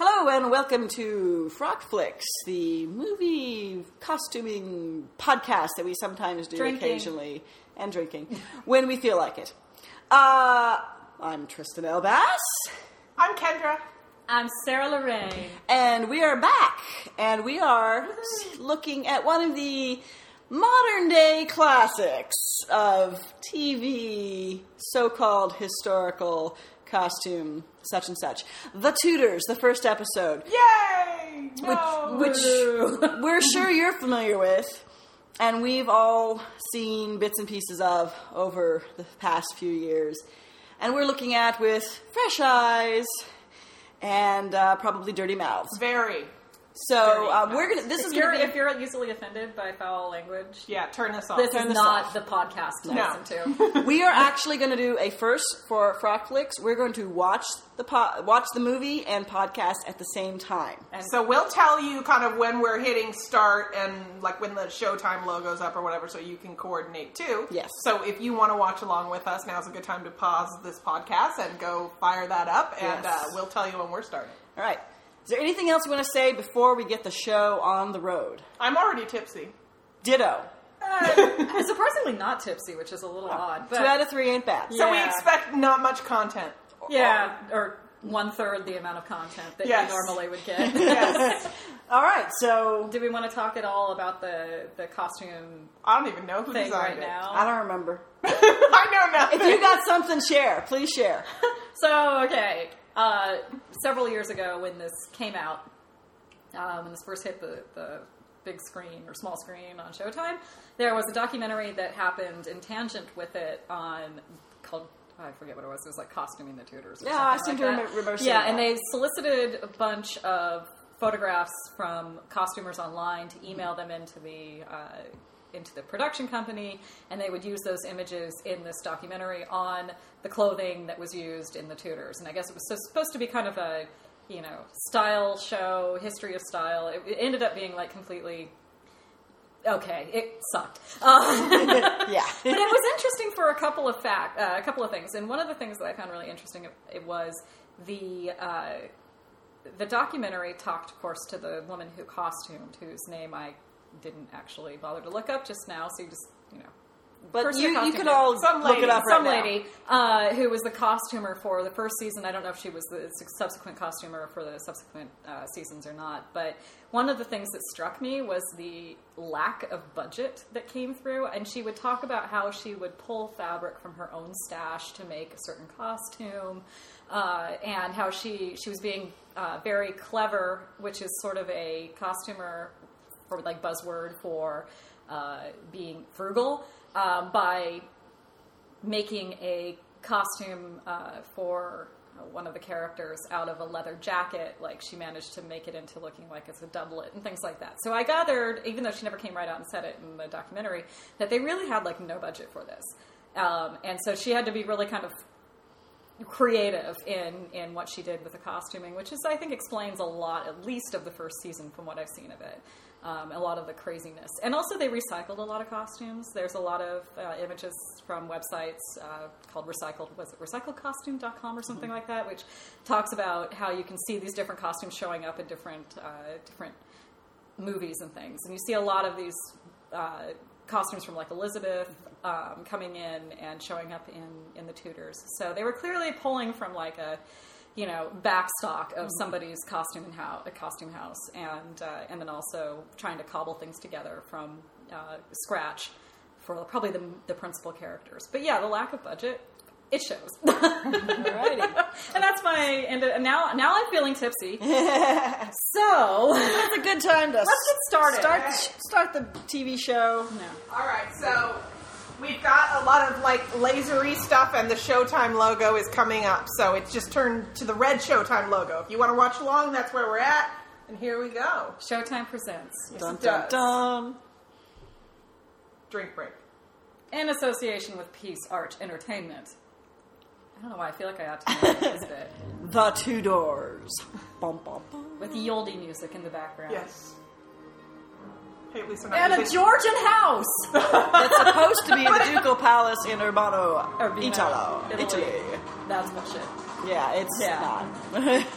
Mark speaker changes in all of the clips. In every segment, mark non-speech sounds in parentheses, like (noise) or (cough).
Speaker 1: and welcome to Frock Flicks, the movie costuming podcast that we sometimes do
Speaker 2: Drinking.
Speaker 1: occasionally and drinking when we feel like it. Uh, I'm Tristan L. Bass,
Speaker 3: I'm Kendra.
Speaker 2: I'm Sarah Lorraine.
Speaker 1: and we are back, and we are s- looking at one of the modern day classics of TV, so called historical costume, such and such. The Tudors, the first episode.
Speaker 3: Yay!
Speaker 1: which,
Speaker 3: No!
Speaker 1: which we're sure you're familiar with, and we've all seen bits and pieces of over the past few years, and we're looking at with fresh eyes and uh, probably dirty mouths.
Speaker 3: very.
Speaker 1: So um, we're gonna. This
Speaker 2: If
Speaker 1: is
Speaker 2: you're,
Speaker 1: gonna be.
Speaker 2: if you're easily offended by foul language,
Speaker 3: Yeah, turn this off.
Speaker 2: this
Speaker 1: turn
Speaker 2: is
Speaker 1: this
Speaker 2: not
Speaker 1: off.
Speaker 2: the podcast to
Speaker 3: No.
Speaker 1: (laughs)
Speaker 2: listen to.
Speaker 1: we are actually going to do a first for Frock Flicks. We're going to watch the po- watch the movie and podcast at the same time.
Speaker 3: so we'll tell you kind of when we're hitting start and like when the Showtime logo's up or whatever, so you can coordinate too.
Speaker 1: Yes.
Speaker 3: So if you want to watch along with us, now's a good time to pause this podcast and go fire that up, and
Speaker 1: Yes.
Speaker 3: uh, we'll tell you when we're starting.
Speaker 1: All right. Is there anything else you want to say before we get the show on the road?
Speaker 3: I'm already tipsy.
Speaker 1: Ditto.
Speaker 2: I'm Uh, surprisingly not tipsy, which is a
Speaker 1: Oh.
Speaker 2: little odd. But
Speaker 1: Two out of three ain't bad.
Speaker 3: So we
Speaker 2: Yeah.
Speaker 3: expect not much content.
Speaker 2: yeah, or one third the amount of content that
Speaker 3: Yes.
Speaker 2: you normally
Speaker 1: (laughs)
Speaker 2: would get.
Speaker 3: Yes.
Speaker 1: All right, so
Speaker 2: Do we want to talk at all about the the costume
Speaker 3: I don't even know who
Speaker 2: thing right
Speaker 3: designed it.
Speaker 2: now?
Speaker 1: I don't remember.
Speaker 3: (laughs)
Speaker 2: (laughs)
Speaker 3: I know nothing.
Speaker 1: If you got something, share. Please
Speaker 2: (laughs)
Speaker 1: share.
Speaker 2: So, okay, uh, several years ago when this came out, um, when this first hit the, the big screen or small screen on Showtime, there was a documentary that happened in tangent with it on called. I forget what it was. It was like costuming the tutors. Or
Speaker 1: Yeah, I
Speaker 2: something
Speaker 1: seem
Speaker 2: like
Speaker 1: to
Speaker 2: that.
Speaker 1: remem- remember seeing
Speaker 2: Yeah, and
Speaker 1: that.
Speaker 2: they solicited a bunch of photographs from costumers online to email them into the uh, into the production company, and they would use those images in this documentary on the clothing that was used in the Tudors. And I guess it was so- supposed to be kind of a you know style show, history of style. It, it ended up being like completely okay. It sucked. Uh,
Speaker 1: Yeah.
Speaker 2: but it was interesting for a couple of fact, uh, a couple of things, and one of the things that I found really interesting it, it was the uh, the documentary talked, of course, to the woman who costumed, whose name I didn't actually bother to look up just now. So you just you know,
Speaker 1: But
Speaker 2: person
Speaker 1: you, you
Speaker 2: costume
Speaker 1: could
Speaker 2: maker.
Speaker 1: all
Speaker 3: Some
Speaker 1: look it
Speaker 3: lady,
Speaker 1: up right
Speaker 2: some
Speaker 1: now.
Speaker 2: lady uh, who was the costumer for the first season. I don't know if she was the su- subsequent costumer for the subsequent uh, seasons or not. But one of the things that struck me was the lack of budget that came through. And she would talk about how she would pull fabric from her own stash to make a certain costume, uh, and how she she was being uh, very clever, which is sort of a costumer for like buzzword for uh, being frugal um, by making a costume uh, for uh, one of the characters out of a leather jacket. Like she managed to make it into looking like it's a doublet and things like that. So I gathered, even though she never came right out and said it in the documentary, that they really had like no budget for this. Um, and so she had to be really kind of creative in in what she did with the costuming, which is I think explains a lot, at least of the first season from what I've seen of it. Um, a lot of the craziness, and also they recycled a lot of costumes. There's a lot of uh, images from websites uh, called recycled was it recycledcostume.com or something like that, which talks about how you can see these different costumes showing up in different uh, different movies and things. And you see a lot of these uh, costumes from like Elizabeth um, coming in and showing up in, in the Tudors. So they were clearly pulling from like a you know backstock of somebody's costume and how a costume house, and uh, and then also trying to cobble things together from uh, scratch for probably the, the principal characters. But yeah, the lack of budget. It shows, (laughs)
Speaker 1: Alrighty.
Speaker 2: and that's my and uh, now now I'm feeling tipsy. so
Speaker 1: That's a good time to
Speaker 2: Let's get started.
Speaker 1: Start, the sh- start the TV show.
Speaker 2: no.
Speaker 3: All right, so we've got a lot of like lasery stuff, and the Showtime logo is coming up. So it's just turned to the red Showtime logo. If you want to watch along, that's where we're at. And here we go.
Speaker 2: Showtime presents
Speaker 1: Dun,
Speaker 3: it
Speaker 1: dun,
Speaker 3: does.
Speaker 1: dun.
Speaker 3: Drink break.
Speaker 2: in association with Peace Arch Entertainment. I don't know why I feel like I ought to know this bit
Speaker 1: The Tudors. Bum, bum,
Speaker 2: (laughs)
Speaker 1: bum.
Speaker 2: with Yoldi music in the background
Speaker 3: Yes. Hey, at least I'm not
Speaker 2: and a
Speaker 3: using-
Speaker 2: Georgian house.
Speaker 1: That's supposed to be the Ducal Palace in Urbano,
Speaker 2: Urbino,
Speaker 1: Italo,
Speaker 2: Italy.
Speaker 1: Italy.
Speaker 2: That's bullshit.
Speaker 1: Yeah, it's
Speaker 2: Yeah.
Speaker 1: not. (laughs)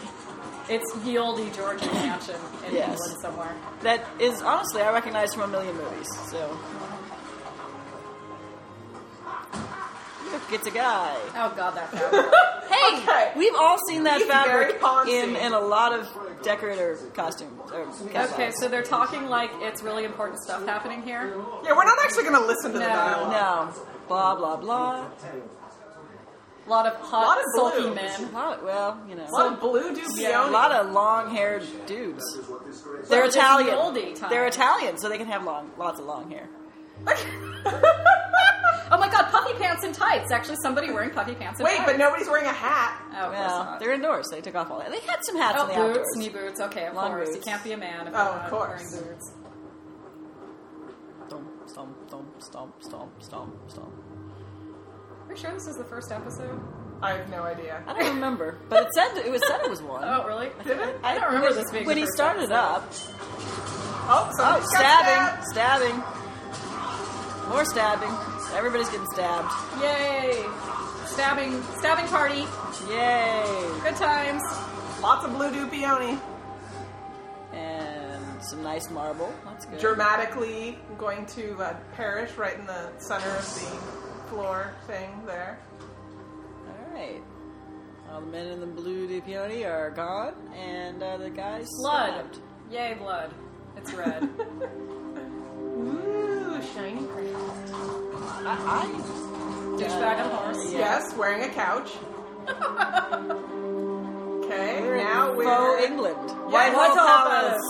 Speaker 2: It's the oldie Georgian mansion in
Speaker 1: Yes.
Speaker 2: England somewhere.
Speaker 1: That is honestly I recognize from a million movies. So look, it's a guy.
Speaker 2: Oh god, that fabric.
Speaker 1: Hey,
Speaker 3: Okay.
Speaker 1: we've all seen that
Speaker 3: He's very
Speaker 1: fabric
Speaker 3: poncy.
Speaker 1: in in a lot of decorator costumes. or
Speaker 2: okay,
Speaker 1: catalogs.
Speaker 2: so they're talking like it's really important stuff happening here.
Speaker 3: Yeah, we're not actually going to listen to the
Speaker 2: No.
Speaker 3: dialogue.
Speaker 1: no, blah blah blah.
Speaker 2: A lot of hot,
Speaker 3: Lot of
Speaker 2: sulky
Speaker 3: blue.
Speaker 1: A
Speaker 2: men.
Speaker 1: lot, well, you know,
Speaker 3: A lot of blue dubioni.
Speaker 1: a lot of long-haired dudes.
Speaker 2: Well,
Speaker 1: They're
Speaker 2: it's
Speaker 1: Italian.
Speaker 2: the oldie time.
Speaker 1: They're Italian, so they can have long, lots of long hair.
Speaker 2: Oh my god, puffy pants and tights. Actually, somebody wearing puffy pants and
Speaker 3: Wait,
Speaker 2: tights.
Speaker 3: but nobody's wearing a hat.
Speaker 2: Oh, of course
Speaker 1: Well,
Speaker 2: not.
Speaker 1: they're indoors. They took off all that. They had some hats in
Speaker 2: Oh,
Speaker 1: the
Speaker 2: boots,
Speaker 1: outdoors.
Speaker 2: knee boots. Okay, of
Speaker 1: Long
Speaker 2: course. You
Speaker 1: boots.
Speaker 2: can't be a man if
Speaker 3: Oh,
Speaker 2: you're
Speaker 3: of
Speaker 2: not
Speaker 3: course.
Speaker 2: wearing boots.
Speaker 1: Stomp, stomp, stomp, stomp, stomp, stomp, stomp.
Speaker 2: Are you sure this is the first episode?
Speaker 3: I have no idea.
Speaker 1: I don't remember, but it said it was said it was one.
Speaker 2: Oh, really?
Speaker 3: Did it?
Speaker 2: I don't remember
Speaker 1: when-
Speaker 2: this being
Speaker 1: when
Speaker 2: the
Speaker 1: he
Speaker 2: first
Speaker 1: started up.
Speaker 3: Oh,
Speaker 1: Oh,
Speaker 3: somebody's got
Speaker 1: stabbing,
Speaker 3: stabbed.
Speaker 1: stabbing, more stabbing. Everybody's getting stabbed.
Speaker 2: Yay! Stabbing, stabbing party.
Speaker 1: Yay!
Speaker 2: Good times.
Speaker 3: Lots of blue dupioni.
Speaker 1: And some nice marble. That's good.
Speaker 3: Dramatically going to uh, perish right in the center of the floor thing there.
Speaker 1: All right. All the men in the blue DePione are gone, and uh, the guys
Speaker 2: Blood.
Speaker 1: stabbed.
Speaker 2: Yay, blood. It's red.
Speaker 1: (laughs)
Speaker 3: Ooh, shiny
Speaker 1: I,
Speaker 2: Douchebag and horse.
Speaker 1: Yeah.
Speaker 3: Yes, wearing a couch. okay, now
Speaker 1: I
Speaker 3: we're.
Speaker 1: faux England.
Speaker 3: Whitehall
Speaker 1: Whitehall Palace.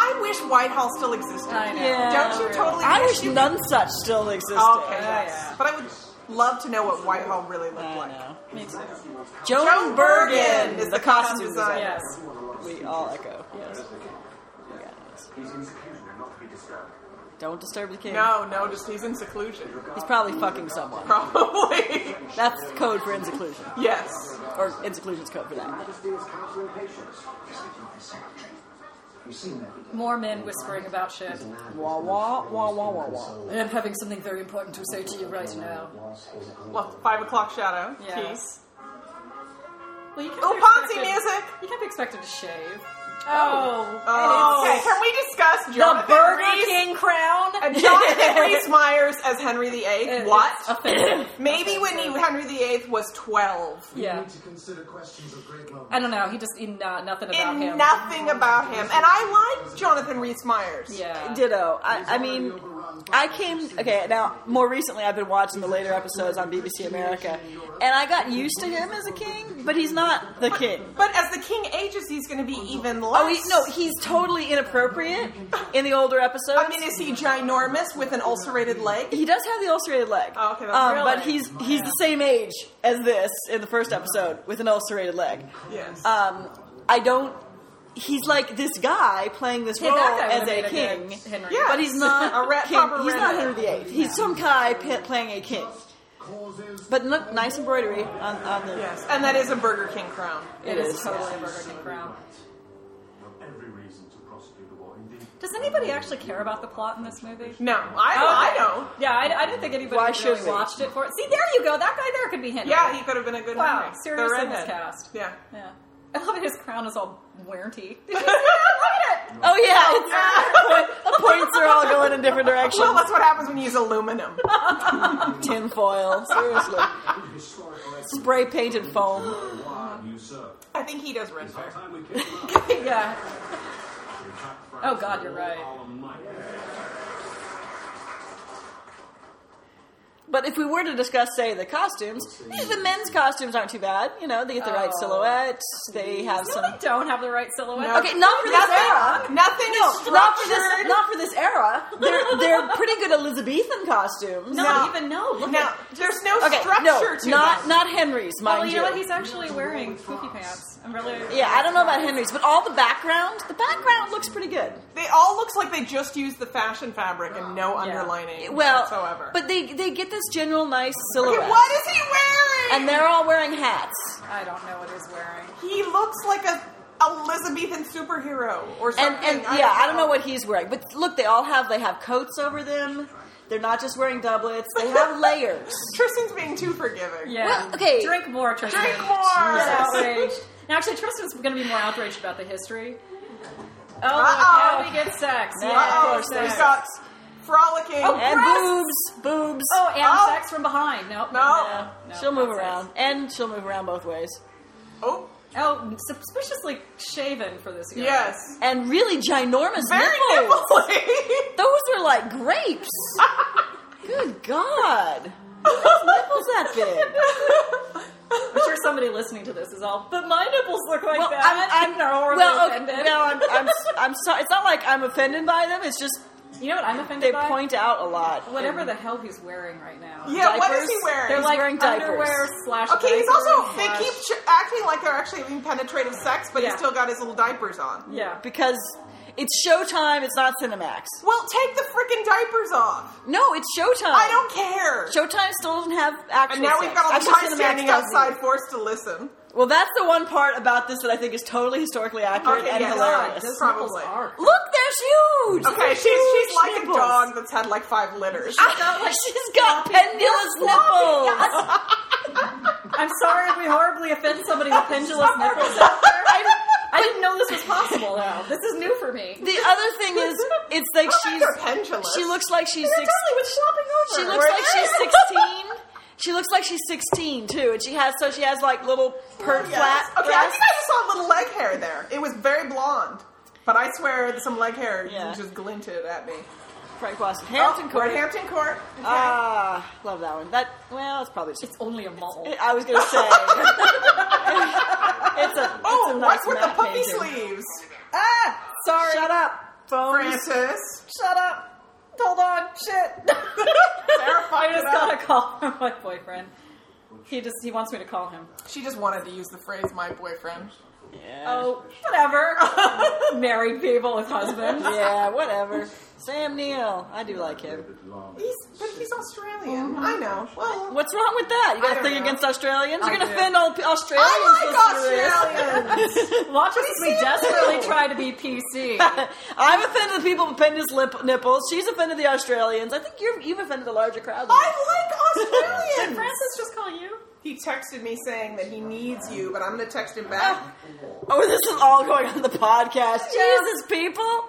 Speaker 3: I wish Whitehall still existed.
Speaker 2: I know.
Speaker 1: Yeah.
Speaker 3: Don't you totally
Speaker 1: I
Speaker 3: wish
Speaker 1: wish
Speaker 3: you
Speaker 1: none such still existed.
Speaker 3: Okay,
Speaker 2: Yeah,
Speaker 3: yes.
Speaker 2: yeah.
Speaker 3: But I would love to know what Whitehall really looked
Speaker 1: I
Speaker 3: like.
Speaker 1: know.
Speaker 2: Me too.
Speaker 1: Joan,
Speaker 3: Joan
Speaker 1: Bergen,
Speaker 3: Bergen
Speaker 1: is the costume
Speaker 3: designer.
Speaker 1: designer.
Speaker 2: Yes.
Speaker 1: We all echo. Yes. You guys. Don't disturb the king.
Speaker 3: No, no, just he's in seclusion. (laughs)
Speaker 1: He's probably fucking someone.
Speaker 3: Probably.
Speaker 1: That's code for inseclusion.
Speaker 3: yes.
Speaker 1: Or inseclusion's code for that.
Speaker 2: More men whispering about shit.
Speaker 1: Wah wah wah wah wah wah.
Speaker 2: And I'm having something very important to say to you right now.
Speaker 3: Well, five o'clock shadow.
Speaker 2: Yes. Well, you can't
Speaker 3: Oh,
Speaker 2: be
Speaker 3: Ponzi
Speaker 2: expected-
Speaker 3: music!
Speaker 2: You can't be expected to shave. Oh.
Speaker 3: Oh,
Speaker 1: It's-
Speaker 3: can we discuss uh,
Speaker 1: The
Speaker 3: Jonathan
Speaker 1: Burger
Speaker 3: Rhys-
Speaker 1: King crown.
Speaker 3: and
Speaker 1: (laughs)
Speaker 3: Jonathan Rhys Myers as Henry VIII?
Speaker 2: It's
Speaker 3: What?
Speaker 2: offensive.
Speaker 3: Maybe when he, Henry VIII was twelve.
Speaker 2: Yeah. I don't know. He just, he, not, nothing about
Speaker 3: In
Speaker 2: him.
Speaker 3: nothing about him, and I like Jonathan Rhys Myers.
Speaker 2: yeah.
Speaker 1: Ditto. I, I mean, I came. Okay, now more recently, I've been watching the later episodes on BBC America, and I got used to him as a king, but he's not the king.
Speaker 3: But as the king ages, he's going to be even less.
Speaker 1: Oh, he, no, he's totally inappropriate in the older episodes.
Speaker 3: I mean, is he ginormous with an ulcerated leg?
Speaker 1: he does have the ulcerated leg.
Speaker 3: Oh, okay, that's
Speaker 1: um,
Speaker 3: real
Speaker 1: but
Speaker 3: leg.
Speaker 1: he's he's the same age as this in the first episode with an ulcerated leg.
Speaker 3: Yes.
Speaker 1: Um, I don't. He's like this guy playing this
Speaker 2: Hey,
Speaker 1: role
Speaker 2: that guy
Speaker 1: as
Speaker 2: would've made
Speaker 1: a
Speaker 2: a
Speaker 1: king.
Speaker 2: good Henry.
Speaker 3: Yeah.
Speaker 1: But he's not
Speaker 3: A rat-
Speaker 1: king.
Speaker 3: proper
Speaker 1: He's not
Speaker 3: redneck.
Speaker 1: Henry VIII. He's some guy p- playing a king. But look, nice embroidery on, on the.
Speaker 3: yes, and that is a Burger King crown.
Speaker 2: It is
Speaker 1: is,
Speaker 2: totally
Speaker 1: yeah.
Speaker 2: a Burger King crown.
Speaker 4: Every reason to prosecute the war, indeed.
Speaker 2: Does anybody actually care about the plot in this movie?
Speaker 3: No, I, I don't.
Speaker 2: Yeah, I, I didn't think anybody
Speaker 1: Why
Speaker 2: really
Speaker 1: should we?
Speaker 2: watched it for it. See, there you go. That guy there could be Henry.
Speaker 3: Yeah, he could have been a good
Speaker 2: Wow,
Speaker 3: Henry.
Speaker 2: serious
Speaker 3: The
Speaker 2: in this
Speaker 3: redhead.
Speaker 2: cast.
Speaker 3: Yeah.
Speaker 2: Yeah. I love that his crown is all warranty.
Speaker 1: (laughs)
Speaker 2: (laughs)
Speaker 1: Oh yeah, it's, (laughs) the points are all going in different directions.
Speaker 3: Well, that's what happens when you use aluminum.
Speaker 1: (laughs) Tin foil, seriously, spray painted foam.
Speaker 3: I think he does red hair.
Speaker 2: (laughs) yeah. Oh God, you're right.
Speaker 1: But if we were to discuss, say, the costumes, eh, the men's costumes aren't too bad. You know, they get the right
Speaker 2: Oh.
Speaker 1: silhouettes. They have
Speaker 2: No,
Speaker 1: some.
Speaker 2: they don't have the right silhouette.
Speaker 3: No.
Speaker 1: Okay, not for this
Speaker 3: Nothing,
Speaker 1: era.
Speaker 3: nothing
Speaker 1: No,
Speaker 3: is structured.
Speaker 1: not for this. Not for this era. They're they're pretty good Elizabethan costumes.
Speaker 2: No,
Speaker 3: No.
Speaker 2: even no. Look
Speaker 3: no,
Speaker 2: at
Speaker 3: there's no
Speaker 1: okay,
Speaker 3: structure
Speaker 1: no,
Speaker 3: to
Speaker 1: not
Speaker 3: them.
Speaker 1: not Henry's, mind
Speaker 2: well, you
Speaker 1: you.
Speaker 2: know what? He's actually wearing poofy pants. I'm really
Speaker 1: yeah, I don't know about Henry's, but all the background, the background looks pretty good.
Speaker 3: They all looks like they just used the fashion fabric and no underlining
Speaker 1: Well,
Speaker 3: whatsoever.
Speaker 1: but they they get this general nice
Speaker 3: Okay,
Speaker 1: silhouette,
Speaker 3: what is he wearing?
Speaker 1: and they're all wearing hats.
Speaker 2: I don't know what he's wearing.
Speaker 3: he looks like a Elizabethan superhero or
Speaker 1: And
Speaker 3: something.
Speaker 1: and yeah, I don't know what he's wearing, but look, they all have they have coats over them. They're not just wearing doublets. They have layers.
Speaker 3: Tristan's being too forgiving.
Speaker 2: Yeah.
Speaker 1: Well, okay.
Speaker 2: Drink more, Tristan.
Speaker 3: Drink more!
Speaker 2: She's outraged. Now, actually, Tristan's going to be more outraged about the history. Oh,
Speaker 3: Uh-oh.
Speaker 2: look, now we get sex. Yeah,
Speaker 3: Uh oh,
Speaker 2: sex.
Speaker 3: so we got frolicking.
Speaker 2: Oh,
Speaker 1: And
Speaker 2: Breasts.
Speaker 1: boobs, boobs.
Speaker 2: Oh, and
Speaker 3: Oh.
Speaker 2: sex from behind. Nope.
Speaker 3: No.
Speaker 2: No. no,
Speaker 1: she'll move
Speaker 2: not sex.
Speaker 1: around, and she'll move around both ways,
Speaker 3: Oh,
Speaker 2: Oh, suspiciously shaven for this year.
Speaker 3: yes.
Speaker 1: and really ginormous
Speaker 3: Very
Speaker 1: nipples.
Speaker 3: nipply. (laughs)
Speaker 1: Those are like grapes. Good God, Whose nipples that big.
Speaker 2: (laughs) I'm sure somebody listening to this is all, but my nipples look like
Speaker 1: Well,
Speaker 2: that.
Speaker 1: I'm,
Speaker 2: (laughs)
Speaker 1: I'm
Speaker 2: and they're horribly
Speaker 1: well, okay,
Speaker 2: offended.
Speaker 1: no, I'm, I'm, I'm sorry. It's not like I'm offended by them. It's just
Speaker 2: You know what I'm offended
Speaker 1: they
Speaker 2: by?
Speaker 1: point out a lot.
Speaker 2: Whatever the hell he's wearing right now.
Speaker 3: Yeah, what is he
Speaker 1: Diapers.
Speaker 3: wearing?
Speaker 2: They're
Speaker 1: He's
Speaker 2: like
Speaker 1: wearing diapers.
Speaker 2: underwear slash
Speaker 3: Okay, he's
Speaker 2: diapers
Speaker 3: also. They
Speaker 2: slash-
Speaker 3: keep ch- acting like they're actually having penetrative sex, but
Speaker 2: Yeah.
Speaker 3: he's still got his little diapers on.
Speaker 2: Yeah.
Speaker 1: because it's Showtime. It's not Cinemax.
Speaker 3: Well, take the freaking diapers off.
Speaker 1: No, it's Showtime.
Speaker 3: I don't care.
Speaker 1: Showtime still doesn't have actual.
Speaker 3: and now we've
Speaker 1: sex.
Speaker 3: got all the
Speaker 1: Actually,
Speaker 3: guys
Speaker 1: Cinemax
Speaker 3: standing
Speaker 1: doesn't.
Speaker 3: outside forced to listen.
Speaker 1: Well, that's the one part about this that I think is totally historically accurate
Speaker 3: Okay,
Speaker 1: and
Speaker 3: yes.
Speaker 1: hilarious.
Speaker 3: Those nipples
Speaker 2: Probably.
Speaker 3: are-
Speaker 1: Look, they're huge.
Speaker 3: Okay,
Speaker 1: They're
Speaker 3: she's,
Speaker 1: huge
Speaker 3: she's like
Speaker 1: nipples.
Speaker 3: a dog that's had like five litters.
Speaker 1: Ah, (laughs) she's got pendulous nipples.
Speaker 2: I'm sorry if we horribly offend somebody (laughs) with pendulous nipples out there. I, I didn't know this was possible, though. This is new for me.
Speaker 1: The other thing is,
Speaker 3: (laughs)
Speaker 1: it's like
Speaker 3: Not that
Speaker 1: she's
Speaker 3: they're pendulous.
Speaker 1: she looks like she's
Speaker 2: They're
Speaker 1: six,
Speaker 2: totally was flopping over.
Speaker 1: she looks like
Speaker 3: (laughs)
Speaker 1: she's sixteen. She looks like she's sixteen too, and she has so she has like little per
Speaker 3: Yes.
Speaker 1: flat.
Speaker 3: Okay, I
Speaker 1: breasts.
Speaker 3: think I just saw a little leg hair there. It was very blonde. But I swear that some leg hair
Speaker 1: Yeah.
Speaker 3: just glinted at me.
Speaker 1: Frank Boston Hampton
Speaker 3: oh, we're
Speaker 1: Court.
Speaker 3: at Hampton Court. Okay.
Speaker 1: Ah, love that one. That well, it's probably just.
Speaker 2: It's only a mall.
Speaker 1: I was gonna say. (laughs) it's a
Speaker 3: oh,
Speaker 1: it's a nice
Speaker 3: what's with the
Speaker 1: matte
Speaker 3: puppy
Speaker 1: painting.
Speaker 3: sleeves? Ah,
Speaker 1: Sorry. Shut up, phones.
Speaker 3: Francis.
Speaker 1: Shut up. Hold on.
Speaker 3: (laughs)
Speaker 1: Shit.
Speaker 2: I
Speaker 3: Terrified
Speaker 2: just
Speaker 3: it up.
Speaker 2: got a call from my boyfriend. He just he wants me to call him.
Speaker 3: She just wanted to use the phrase "my boyfriend."
Speaker 2: Oh, whatever. (laughs) Married people with husbands.
Speaker 1: Yeah, whatever. Sam Neill. I do like him.
Speaker 3: He's, but he's Australian. Mm-hmm. I know. Well,
Speaker 1: What's wrong with that? You
Speaker 3: I
Speaker 1: got a
Speaker 3: don't
Speaker 1: thing
Speaker 3: know.
Speaker 1: against Australians? You're
Speaker 3: I
Speaker 1: going to
Speaker 3: do.
Speaker 1: offend all p- Australians.
Speaker 3: I
Speaker 1: listening to
Speaker 3: like Australians.
Speaker 2: Watch us as we desperately try to be PC.
Speaker 1: this. (laughs) I'm offended the people with pendulous lip- nipples. She's offended the Australians. I think you're, you've offended the larger crowd.
Speaker 3: (laughs) I like
Speaker 2: (laughs)
Speaker 3: Australians.
Speaker 2: Francis just call you?
Speaker 3: He texted me saying that he needs you, but I'm gonna text him back.
Speaker 1: Oh, this is all going on the podcast.
Speaker 2: Yeah.
Speaker 1: Jesus, people.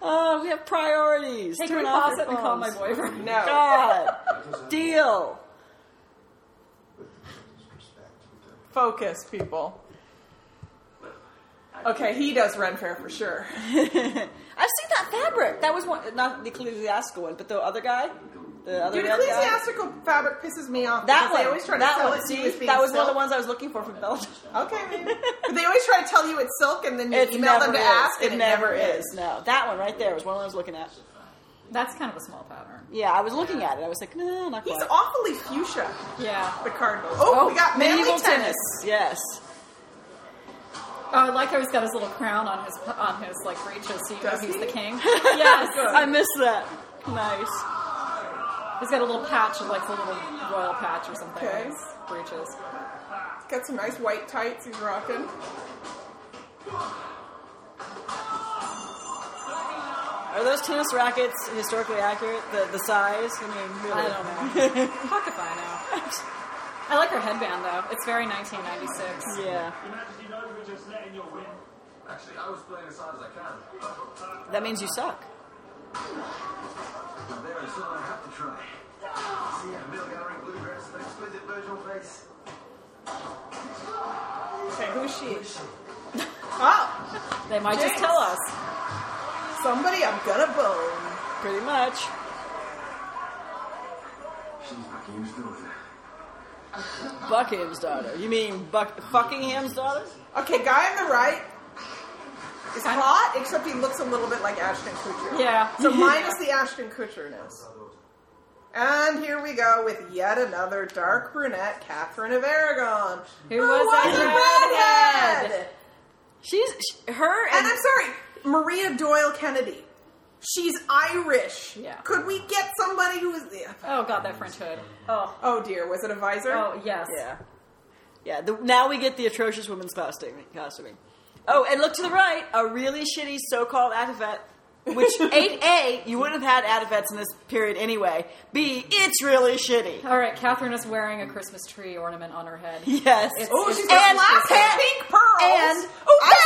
Speaker 1: Oh, we have priorities.
Speaker 2: Hey, can
Speaker 1: Turn
Speaker 2: we
Speaker 1: off
Speaker 2: pause
Speaker 1: your
Speaker 2: it and call my
Speaker 1: phones.
Speaker 2: boyfriend?
Speaker 3: No.
Speaker 1: God.
Speaker 3: (laughs)
Speaker 1: Deal.
Speaker 3: Focus, people. Okay, he does run fair for sure.
Speaker 1: (laughs) I've seen that fabric. That was one, not the ecclesiastical one, but the other guy. The other
Speaker 3: Dude,
Speaker 1: red guy.
Speaker 3: ecclesiastical fabric pisses me off.
Speaker 1: That
Speaker 3: because
Speaker 1: one.
Speaker 3: They always try to
Speaker 1: that
Speaker 3: sell
Speaker 1: one.
Speaker 3: it to you
Speaker 1: See,
Speaker 3: as being
Speaker 1: that was one of
Speaker 3: silk.
Speaker 1: the ones I was looking for from
Speaker 3: (laughs)
Speaker 1: Belgium.
Speaker 3: Okay, man. but they always try to tell you it's silk, and then you email them to
Speaker 1: is.
Speaker 3: ask,
Speaker 1: It,
Speaker 3: and
Speaker 1: never is. No, that one right there was one I was looking at.
Speaker 2: That's kind of a small pattern.
Speaker 1: Yeah, I was looking at it. I was like, no, not
Speaker 3: He's
Speaker 1: quite.
Speaker 3: awfully fuchsia,
Speaker 2: Yeah.
Speaker 3: the cardinal. Oh, we got manly
Speaker 1: medieval
Speaker 3: tennis. (laughs)
Speaker 1: Yes.
Speaker 2: Oh, I like how he's got his little crown on his on his like breeches, so you know
Speaker 3: Does
Speaker 2: he's
Speaker 3: he?
Speaker 2: the king. (laughs) Yes,
Speaker 1: I missed that. Nice.
Speaker 2: he's got a little patch of like a little royal patch or something
Speaker 3: Okay.
Speaker 2: on his breeches.
Speaker 3: Got some nice white tights. He's rocking.
Speaker 1: Are those tennis rackets historically accurate? The the size? I mean, really.
Speaker 2: I don't know. Fuck if I know. (laughs) I like her headband though. It's very 1996.
Speaker 1: (laughs) yeah,
Speaker 4: Your Majesty knows we're just letting you win. Actually, I was playing as hard as I can.
Speaker 1: that means you suck.
Speaker 4: I'm there and so I have to try. See a mill gathering bluegrass, an exquisite virginal face.
Speaker 3: Okay, who's she? oh,
Speaker 2: They might just
Speaker 3: Jinx.
Speaker 2: tell us.
Speaker 3: somebody I'm gonna bone.
Speaker 1: Pretty much.
Speaker 4: She's Buckingham's (laughs) daughter.
Speaker 1: Buckingham's daughter. You mean Buck Buckingham's daughter?
Speaker 3: Okay, guy on the right is
Speaker 2: Kinda-
Speaker 3: hot, except he looks a little bit like Ashton Kutcher.
Speaker 2: Yeah. (laughs)
Speaker 3: So minus the Ashton Kutcherness. And here we go with yet another dark brunette, Catherine of Aragon.
Speaker 2: Who was a redhead?
Speaker 1: She's sh her
Speaker 3: And I'm sorry, Maria Doyle Kennedy. She's Irish.
Speaker 2: Yeah.
Speaker 3: Could we get somebody who is
Speaker 2: Oh god, that French hood. Oh,
Speaker 3: Oh dear, was it a visor?
Speaker 2: oh yes.
Speaker 1: Yeah. Yeah. The, now we get the atrocious women's costuming. costuming. Oh, and look to the right, a really shitty so-called activat. Which 8A, you wouldn't have had Atavets in this period anyway. B, it's really shitty.
Speaker 2: All right, Catherine is wearing a Christmas tree ornament on her head.
Speaker 1: Yes.
Speaker 2: It's-
Speaker 3: Oh, she's
Speaker 2: it's-
Speaker 3: got
Speaker 1: and
Speaker 3: plastic
Speaker 1: Pat-
Speaker 3: pink pearls.
Speaker 1: and
Speaker 3: oh,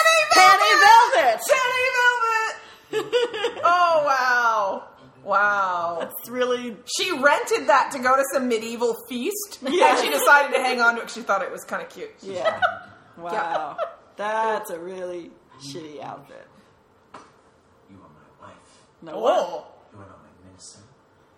Speaker 1: I-
Speaker 3: Penny
Speaker 1: Velvet.
Speaker 3: Velvet. Penny Velvet.
Speaker 1: (laughs)
Speaker 3: oh wow, wow.
Speaker 1: It's really
Speaker 3: She rented that to go to some medieval feast,
Speaker 1: Yeah.
Speaker 3: and she decided to hang on to it. 'cause She thought it was kind of cute. (laughs)
Speaker 1: Yeah. Wow. That's a really shitty outfit.
Speaker 4: You are my wife.
Speaker 1: No. way.
Speaker 3: Oh,
Speaker 4: You are not my minister.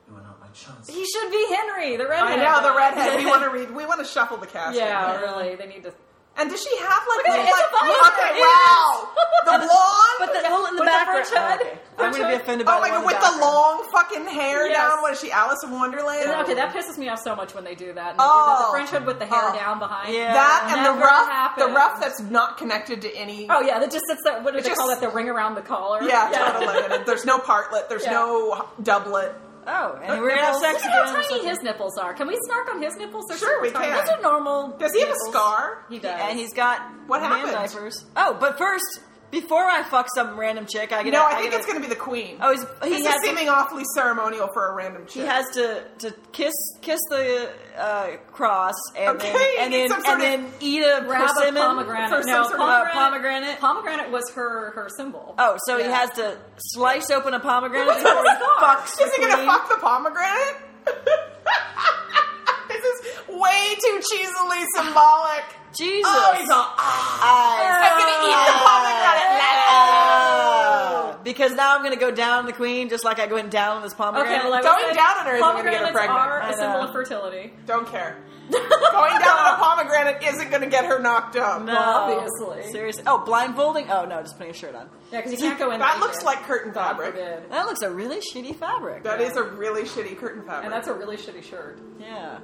Speaker 4: You are not my chance.
Speaker 2: He should be Henry, the
Speaker 3: I
Speaker 2: redhead.
Speaker 3: know the redhead. We want to read. We want to shuffle the
Speaker 2: (laughs)
Speaker 3: cast.
Speaker 2: Yeah, really. They need to.
Speaker 3: And does she have
Speaker 2: Look
Speaker 3: like?
Speaker 2: at it, it's
Speaker 3: like-
Speaker 2: a visor.
Speaker 3: okay,
Speaker 2: It
Speaker 3: wow.
Speaker 2: (laughs)
Speaker 3: The blonde.
Speaker 1: But the well, in the
Speaker 2: With the
Speaker 1: background.
Speaker 2: French head?
Speaker 1: Oh, okay. I'm going to be
Speaker 2: French
Speaker 1: offended by
Speaker 3: Oh my god,
Speaker 1: one
Speaker 3: with the
Speaker 1: background.
Speaker 3: long fucking hair
Speaker 2: Yes.
Speaker 3: down. What is she, Alice in Wonderland?
Speaker 2: Okay, that pisses me off so much when they do that. And
Speaker 3: Oh.
Speaker 2: they do that. The French hood with the hair
Speaker 3: Oh.
Speaker 2: down behind.
Speaker 1: Yeah.
Speaker 3: That and the
Speaker 2: Never
Speaker 3: rough,
Speaker 2: happened.
Speaker 3: the rough that's not connected to any.
Speaker 2: Oh yeah, that just sits there. What do they
Speaker 3: just-
Speaker 2: call that? The ring around the collar.
Speaker 3: yeah,
Speaker 2: (laughs)
Speaker 3: totally. And there's no partlet. There's
Speaker 2: Yeah.
Speaker 3: no doublet.
Speaker 1: Oh, and we're going to have
Speaker 3: nipples.
Speaker 1: sex
Speaker 2: Look at
Speaker 1: again.
Speaker 2: how tiny his nipples are. Can we snark on his nipples? They're
Speaker 3: Sure,
Speaker 2: super
Speaker 3: we
Speaker 2: tiny.
Speaker 3: can.
Speaker 2: Those are normal.
Speaker 3: Does he have a
Speaker 2: nipples.
Speaker 3: scar?
Speaker 2: He does.
Speaker 1: and he's got
Speaker 3: What
Speaker 1: man
Speaker 3: happened?
Speaker 1: diapers. Oh, but first, before I fuck some random chick, I get
Speaker 3: No,
Speaker 1: I
Speaker 3: I think
Speaker 1: gotta-
Speaker 3: it's going to be the queen.
Speaker 1: Oh, he's, he
Speaker 3: this
Speaker 1: has
Speaker 3: is seeming awfully ceremonial for a random
Speaker 1: He
Speaker 3: chick.
Speaker 1: has to, to kiss kiss the uh, cross and
Speaker 3: Okay,
Speaker 1: then and
Speaker 3: he
Speaker 1: then
Speaker 3: needs some
Speaker 1: and
Speaker 3: sort
Speaker 1: then
Speaker 3: of-
Speaker 1: eat a
Speaker 2: grab a
Speaker 1: persimmon
Speaker 2: pomegranate.
Speaker 1: for some
Speaker 2: no,
Speaker 1: sort of- uh,
Speaker 2: pomegranate,
Speaker 1: pomegranate.
Speaker 2: pomegranate was her her symbol.
Speaker 1: Oh, so he
Speaker 2: Yeah.
Speaker 1: has to slice open a pomegranate before he fucks the
Speaker 3: Is he going to
Speaker 1: queen?
Speaker 3: fuck the pomegranate? (laughs) this is way too cheesily symbolic.
Speaker 1: Jesus.
Speaker 3: Oh, he's all.
Speaker 1: I-
Speaker 3: I'm going to eat the
Speaker 1: "Ah."
Speaker 3: pomegranate. La, la, la.
Speaker 1: Oh. because now I'm going to go down on the queen just like I went down on this pomegranate.
Speaker 2: Okay, well, I
Speaker 3: Going
Speaker 2: would say
Speaker 3: down on her isn't gonna get her
Speaker 2: pomegranates
Speaker 3: pregnant.
Speaker 2: Are
Speaker 1: I
Speaker 2: a symbol
Speaker 1: know.
Speaker 2: of fertility.
Speaker 3: Don't care.
Speaker 1: (laughs)
Speaker 3: Going down on a pomegranate isn't going to get her knocked up.
Speaker 2: Oh,
Speaker 1: no.
Speaker 2: obviously.
Speaker 1: Seriously. Oh, blindfolding? Oh, no, just putting a shirt on.
Speaker 2: Yeah, because you can't (laughs) go in.
Speaker 3: That
Speaker 2: naked.
Speaker 3: looks like curtain
Speaker 2: God
Speaker 3: fabric.
Speaker 2: forbid.
Speaker 1: That looks a really shitty fabric.
Speaker 3: That is a really shitty curtain fabric.
Speaker 2: And that's a really shitty shirt.
Speaker 1: yeah.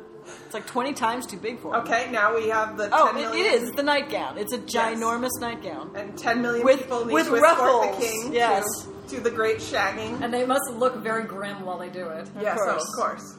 Speaker 1: It's like 20 times too big for him.
Speaker 3: okay, now we have the
Speaker 1: Oh,
Speaker 3: 10
Speaker 1: it,
Speaker 3: million
Speaker 1: it is. It's the nightgown. It's a ginormous nightgown.
Speaker 3: And 10 million
Speaker 1: With-
Speaker 3: people need
Speaker 1: with
Speaker 3: to escort
Speaker 1: ruffles,
Speaker 3: the king
Speaker 1: yes.
Speaker 3: to, to the great shagging.
Speaker 2: And they must look very grim while they do it.
Speaker 3: yes, oh,
Speaker 1: course.
Speaker 3: of course.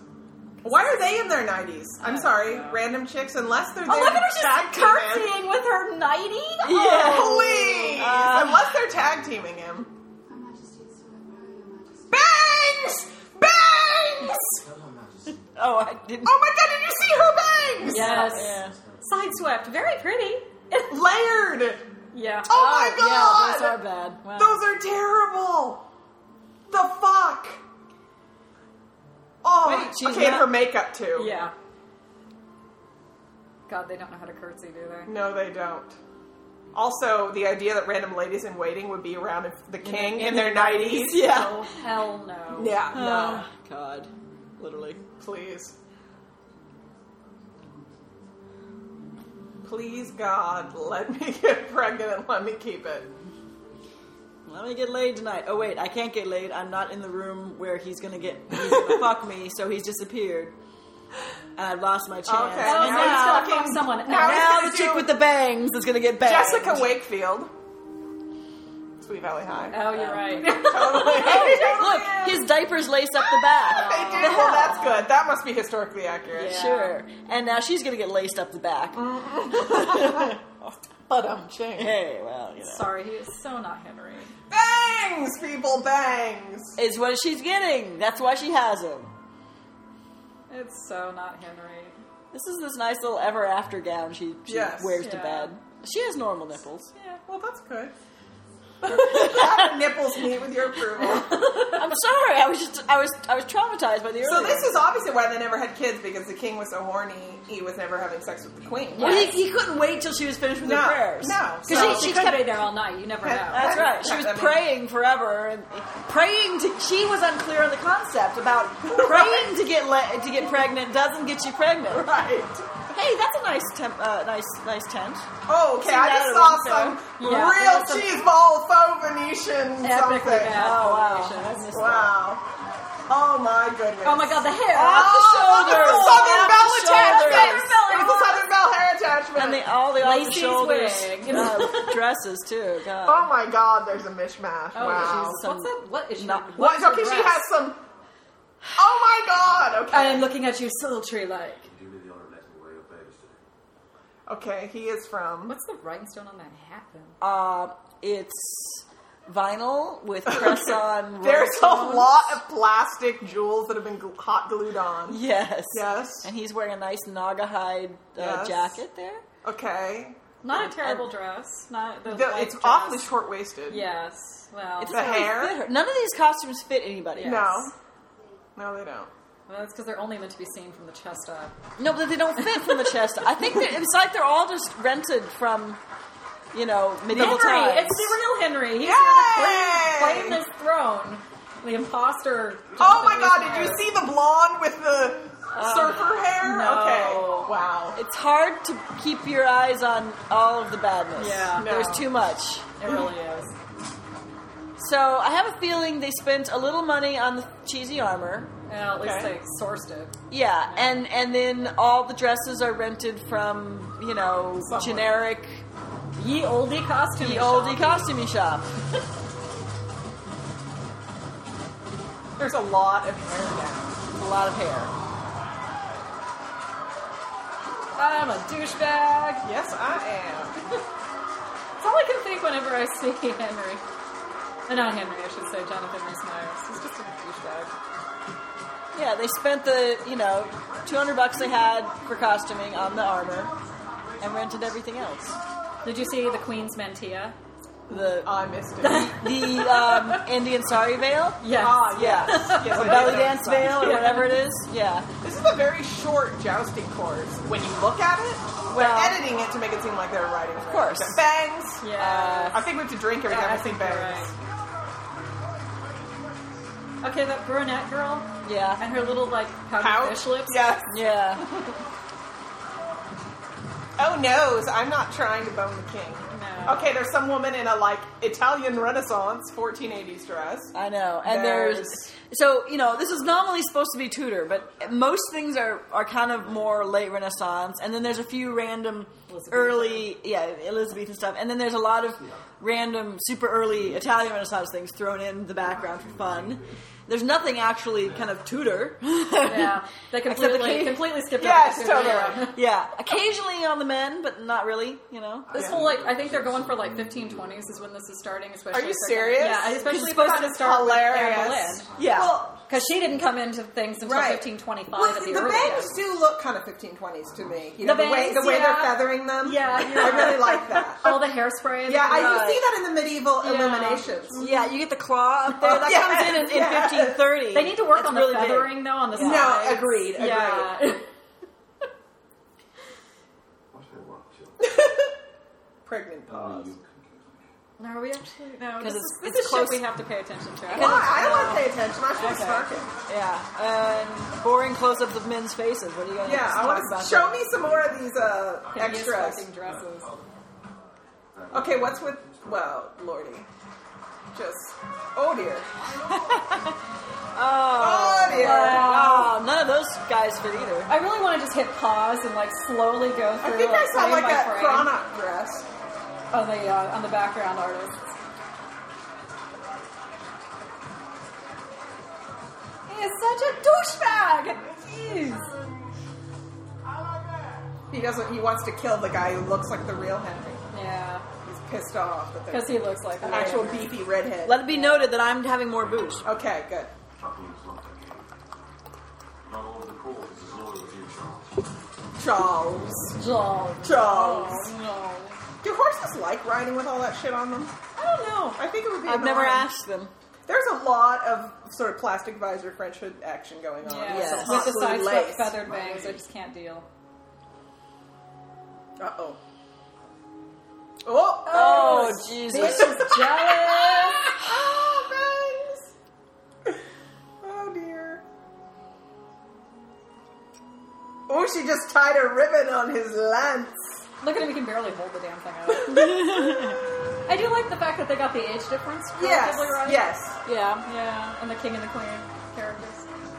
Speaker 3: Why are they in their 90s? I'm sorry,
Speaker 2: know.
Speaker 3: random chicks, unless they're
Speaker 2: Oh,
Speaker 3: there
Speaker 2: look at
Speaker 3: to
Speaker 2: her!
Speaker 3: tag
Speaker 2: She's
Speaker 3: team him.
Speaker 2: curtsying with her Oh, nightie.
Speaker 1: Yeah.
Speaker 3: Please!
Speaker 1: Uh,
Speaker 3: unless they're tag teaming him.
Speaker 5: Her Majesty is forever, Your Majesty.
Speaker 3: Bangs! Bangs!
Speaker 4: Hello,
Speaker 2: (laughs)
Speaker 4: Majesty.
Speaker 1: Oh, I didn't.
Speaker 3: Oh my god, did you see her bangs?
Speaker 2: Yes.
Speaker 1: Yeah.
Speaker 2: Sideswept. Very pretty.
Speaker 3: Layered!
Speaker 2: Uh, yeah. Ah,
Speaker 3: Oh my god!
Speaker 1: Yeah, those are bad. Wow.
Speaker 3: Those are terrible. The fuck. Oh,
Speaker 1: Wait, she's
Speaker 3: okay, and
Speaker 1: not-
Speaker 3: her makeup too.
Speaker 2: Yeah. God, they don't know how to curtsy, do they?
Speaker 3: No, they don't. Also, the idea that random ladies in waiting would be around if the king in,
Speaker 1: in
Speaker 3: their nineties. (laughs)
Speaker 1: yeah.
Speaker 2: Oh hell no.
Speaker 3: Yeah.
Speaker 1: Oh, God. Literally.
Speaker 3: No. Please. Please, God, let me (laughs) get pregnant and let me keep it.
Speaker 1: Let me get laid tonight. Oh wait, I can't get laid. I'm not in the room where he's gonna get he's gonna fuck me, so he's disappeared, and I've lost my chance.
Speaker 3: Okay.
Speaker 2: Oh,
Speaker 1: And now,
Speaker 2: so now,
Speaker 3: he's
Speaker 2: fuck
Speaker 3: fucking-
Speaker 2: someone
Speaker 3: now
Speaker 2: else.
Speaker 3: he's-
Speaker 1: now
Speaker 3: gonna
Speaker 1: the chick
Speaker 3: do-
Speaker 1: with the bangs is gonna get banged.
Speaker 3: Jessica Wakefield. It's Sweet Valley (laughs) High.
Speaker 2: Oh, you're right.
Speaker 3: (laughs) Totally.
Speaker 1: Look, his diapers lace up the back.
Speaker 3: They do. Well, that's good. That must be historically
Speaker 2: Oh,
Speaker 3: accurate.
Speaker 2: Yeah.
Speaker 1: Sure. And now she's gonna get laced up the back. (laughs)
Speaker 3: But I'm changed.
Speaker 1: Hey, well, you know,
Speaker 2: (laughs) Mm-hmm. Sorry, he is so not Henry.
Speaker 3: Bangs, people, bangs.
Speaker 1: is what she's getting. That's why she has him.
Speaker 2: It's so not Henry.
Speaker 1: This is this nice little ever after gown she, she
Speaker 3: Yes.
Speaker 1: wears to
Speaker 2: Yeah.
Speaker 1: bed. She has normal nipples.
Speaker 2: Yeah.
Speaker 3: Well, that's good. Have your nipples meet with your approval.
Speaker 1: I'm sorry. I was just I was I was traumatized by the earlier.
Speaker 3: So this is obviously why they never had kids because the king was so horny he was never having sex with the queen.
Speaker 1: Well, he, he couldn't wait till she was finished with
Speaker 3: No,
Speaker 1: her prayers.
Speaker 3: no.
Speaker 1: because
Speaker 2: So
Speaker 1: she, she
Speaker 2: could
Speaker 1: kept.
Speaker 2: be there all night. You never know.
Speaker 1: That's right. She was
Speaker 3: I mean-
Speaker 1: praying forever and praying to. She was unclear on the concept about praying to get le- to get pregnant doesn't get you pregnant.
Speaker 3: Right.
Speaker 1: Hey, that's a nice temp, uh, nice nice tent.
Speaker 3: Oh, okay. I just
Speaker 1: Another
Speaker 3: saw
Speaker 1: one, so-
Speaker 3: some
Speaker 2: Yeah,
Speaker 3: real
Speaker 2: there's some-
Speaker 3: cheese ball faux Venetian
Speaker 2: Epically
Speaker 3: something.
Speaker 2: bad
Speaker 1: Oh, wow.
Speaker 2: combination. I missed that.
Speaker 3: Wow. Oh my goodness.
Speaker 2: Oh my god, the hair.
Speaker 1: Off the
Speaker 3: Oh, that's
Speaker 1: shoulders.
Speaker 3: the Southern
Speaker 1: Off the
Speaker 3: Bell
Speaker 1: shoulders.
Speaker 3: attachment. It was the Southern Bell hair
Speaker 1: And they
Speaker 3: attachment.
Speaker 1: all the off the
Speaker 2: Lacey's
Speaker 1: shoulders
Speaker 2: wig.
Speaker 1: uh, dresses too. God.
Speaker 3: (laughs) Oh my god, there's a mishmash.
Speaker 2: Oh,
Speaker 3: wow.
Speaker 2: Jesus. What's that? What is she?
Speaker 1: No.
Speaker 3: What?
Speaker 2: what's her
Speaker 3: Okay, she
Speaker 2: dress?
Speaker 3: has some. Oh my god. Okay.
Speaker 2: I am looking at you sultry like.
Speaker 4: You do me the honor of letting me wear your clothes today.
Speaker 3: okay, he is from.
Speaker 2: What's the rhinestone on that hat, though?
Speaker 1: Uh, it's vinyl with press on.
Speaker 3: There's a
Speaker 1: rhinestones.
Speaker 3: lot of plastic jewels that have been gl- hot glued on.
Speaker 1: Yes.
Speaker 3: Yes.
Speaker 1: And he's wearing a nice Naga hide uh,
Speaker 3: Yes.
Speaker 1: jacket there.
Speaker 3: Okay.
Speaker 2: Not a terrible dress. Not the
Speaker 3: The-
Speaker 2: light
Speaker 3: it's
Speaker 2: dress.
Speaker 3: awfully short waisted.
Speaker 2: Yes. Well,
Speaker 1: It
Speaker 3: The
Speaker 1: doesn't really
Speaker 3: hair?
Speaker 1: fit her. None of these costumes fit anybody.
Speaker 2: Yeah.
Speaker 3: No. No, they don't.
Speaker 2: well, that's because they're only meant to be seen from the chest up.
Speaker 1: No, but they don't fit from the chest. I think that it's like they're all just rented from, you know, medieval times.
Speaker 2: Henry, it's the real Henry. He's
Speaker 3: Yay!
Speaker 2: here to claim, claim this throne. The imposter.
Speaker 3: Oh my
Speaker 2: Jonathan
Speaker 3: god, did
Speaker 2: Rosenberg.
Speaker 3: you see the blonde with the surfer hair?
Speaker 2: no.
Speaker 3: Okay. Wow.
Speaker 1: It's hard to keep your eyes on all of the badness.
Speaker 2: Yeah.
Speaker 1: There's
Speaker 3: No.
Speaker 1: too much.
Speaker 2: It really is.
Speaker 1: So I have a feeling they spent a little money on the cheesy armor.
Speaker 2: Well, at least
Speaker 3: Okay.
Speaker 2: they sourced it.
Speaker 1: Yeah, and and then all the dresses are rented from you know
Speaker 3: Somewhere.
Speaker 1: generic
Speaker 2: Ye oldie costume.
Speaker 1: the
Speaker 2: shop.
Speaker 1: oldie costumey shop.
Speaker 3: There's a lot of hair
Speaker 1: A lot of hair.
Speaker 2: I'm a douchebag.
Speaker 3: now. Yes, I am.
Speaker 2: That's all I can think whenever I see (laughs) Henry. Uh, Not Henry, I should say Jonathan Rhys Meyers. He's just a douchebag.
Speaker 1: Yeah, they spent the you know two hundred bucks they had for costuming on the armor, and rented everything else.
Speaker 2: Did you see the Queen's mantilla?
Speaker 1: The
Speaker 3: I missed it. yes,
Speaker 1: the um, Indian sari veil.
Speaker 2: Yes.
Speaker 3: Ah, yeah. (laughs)
Speaker 1: Yeah.
Speaker 3: I
Speaker 1: Or
Speaker 3: did
Speaker 1: belly
Speaker 3: notice
Speaker 1: dance
Speaker 3: that.
Speaker 1: veil or whatever it is. Yeah.
Speaker 3: This is a very short jousting course. When you look at it, we're
Speaker 1: Well-
Speaker 3: editing it to make it seem like they're riding. Of
Speaker 1: course.
Speaker 3: Bangs.
Speaker 2: Yeah.
Speaker 3: I think we have to drink every
Speaker 2: Yeah,
Speaker 3: time
Speaker 2: I
Speaker 3: we see
Speaker 2: think you're
Speaker 3: bangs.
Speaker 2: right. Okay, that brunette girl
Speaker 1: Yeah.
Speaker 2: and her little like pouty
Speaker 3: Pouch.
Speaker 2: fish lips.
Speaker 3: Yeah.
Speaker 1: Yeah.
Speaker 3: Oh noes, I'm not trying to bone the king.
Speaker 2: No.
Speaker 3: Okay, there's some woman in a like Italian Renaissance
Speaker 2: (laughs)
Speaker 3: 1480s dress.
Speaker 1: I know. And
Speaker 3: There's-
Speaker 1: there's, so you know this is normally supposed to be Tudor, but most things are are kind of more late Renaissance, and then there's a few random
Speaker 2: Elizabethan.
Speaker 1: early yeah Elizabethan stuff, and then there's a lot of random super early Italian Renaissance things thrown in the background for fun. There's nothing actually kind of Tudor. (laughs)
Speaker 2: Yeah.
Speaker 3: (laughs)
Speaker 2: They
Speaker 1: Except the
Speaker 2: completely
Speaker 1: king.
Speaker 2: completely skipped
Speaker 3: Yes,
Speaker 2: over the fish.
Speaker 3: totally.
Speaker 2: Yeah.
Speaker 1: yeah, occasionally on the men, but not really. You know.
Speaker 2: This whole like I think they're going for like 1520s is when this is starting. Especially
Speaker 3: Are you
Speaker 2: if they're
Speaker 3: serious?
Speaker 2: Gonna, yeah, especially
Speaker 1: It's
Speaker 2: if they're
Speaker 1: supposed
Speaker 2: going
Speaker 3: to
Speaker 2: to start
Speaker 3: hilarious.
Speaker 2: with Anne Boleyn
Speaker 1: Yeah.
Speaker 2: because she didn't come into things until
Speaker 3: Right.
Speaker 2: 1525
Speaker 3: Well,
Speaker 2: at the,
Speaker 3: the bangs
Speaker 2: earliest.
Speaker 3: do look kind of 1520s to me. You know, the,
Speaker 2: The
Speaker 3: way
Speaker 2: bangs,
Speaker 3: the way they're
Speaker 2: yeah.
Speaker 3: feathering them.
Speaker 2: Yeah,
Speaker 3: I
Speaker 2: you're
Speaker 3: really
Speaker 2: right.
Speaker 3: like that.
Speaker 2: (laughs) All the hairspray. and
Speaker 3: Yeah, I
Speaker 2: everything.
Speaker 3: you see that in the medieval
Speaker 2: Yeah.
Speaker 3: illuminations.
Speaker 1: Yeah, you get the claw up there. That
Speaker 2: (laughs)
Speaker 3: Yes,
Speaker 1: comes in in, in
Speaker 3: yes.
Speaker 1: 1530.
Speaker 2: They need to work
Speaker 1: That's
Speaker 2: on the
Speaker 1: really big.
Speaker 2: feathering though on the
Speaker 3: No,
Speaker 2: sides.
Speaker 3: agreed, agreed.
Speaker 2: Yeah. (laughs)
Speaker 4: What do I want (laughs) to?
Speaker 3: Pregnant
Speaker 4: Oh,
Speaker 2: Uh,
Speaker 3: pause.
Speaker 4: you
Speaker 2: No, are we actually no.
Speaker 1: 'Cause
Speaker 2: Because
Speaker 1: it's-
Speaker 2: it's, this
Speaker 1: it's
Speaker 2: is
Speaker 1: close.
Speaker 2: shit we have to pay attention to.
Speaker 3: Why? I don't want to pay attention. I should
Speaker 1: Okay.
Speaker 3: snark it.
Speaker 1: Yeah, and boring close-ups of men's faces. What are you going
Speaker 3: Yeah, I
Speaker 1: talk
Speaker 3: want
Speaker 1: about?
Speaker 3: to show me some more of these uh,
Speaker 2: Hideous
Speaker 3: extras.
Speaker 2: fucking dresses.
Speaker 3: Okay, what's with well, Lordy? Just oh dear,
Speaker 1: Oh,
Speaker 3: oh dear.
Speaker 1: wow. Uh, None of those guys fit either.
Speaker 2: I really want to just hit pause and like slowly go
Speaker 3: I
Speaker 2: through.
Speaker 3: think I
Speaker 2: like,
Speaker 3: saw
Speaker 2: frame
Speaker 3: like
Speaker 2: by
Speaker 3: a
Speaker 2: frame
Speaker 3: Prana dress.
Speaker 2: on the uh, on the background artists. He is such a douchebag. Jeez.
Speaker 3: He doesn't. He wants to kill the guy who looks like the real Henry.
Speaker 2: Yeah,
Speaker 3: He's pissed off that
Speaker 2: because
Speaker 3: there's
Speaker 2: he looks like
Speaker 3: an
Speaker 2: that.
Speaker 3: actual beefy redhead.
Speaker 1: Let it be noted that I'm having more booze.
Speaker 3: Okay, good.
Speaker 4: Trouble is not the game. Not all of the cause is loyal to you, Charles.
Speaker 3: Charles,
Speaker 2: Jaws.
Speaker 3: Charles.
Speaker 2: Oh,
Speaker 3: Do horses like riding with all that shit on them?
Speaker 2: no. I don't know.
Speaker 3: I think it would be.
Speaker 1: I've never
Speaker 3: annoying.
Speaker 1: asked them.
Speaker 3: There's a lot of sort of plastic visor French hood action going on.
Speaker 2: Yeah,
Speaker 1: Yes.
Speaker 2: with the
Speaker 3: Possibly
Speaker 2: side
Speaker 3: lace.
Speaker 2: slit feathered bangs, I just can't deal.
Speaker 3: Uh oh. Oh.
Speaker 1: Oh,
Speaker 2: This
Speaker 3: (laughs)
Speaker 1: Jesus.
Speaker 2: is jealous.
Speaker 3: Oh, bangs. Oh dear. Oh, she just tied a ribbon on his lance.
Speaker 2: Look at him; he can barely hold the damn thing out. I do like the fact that they got the age difference.
Speaker 3: Yes.
Speaker 2: relatively right.
Speaker 3: Yes.
Speaker 1: Oh. yeah.
Speaker 2: Yeah, and the king and the queen characters.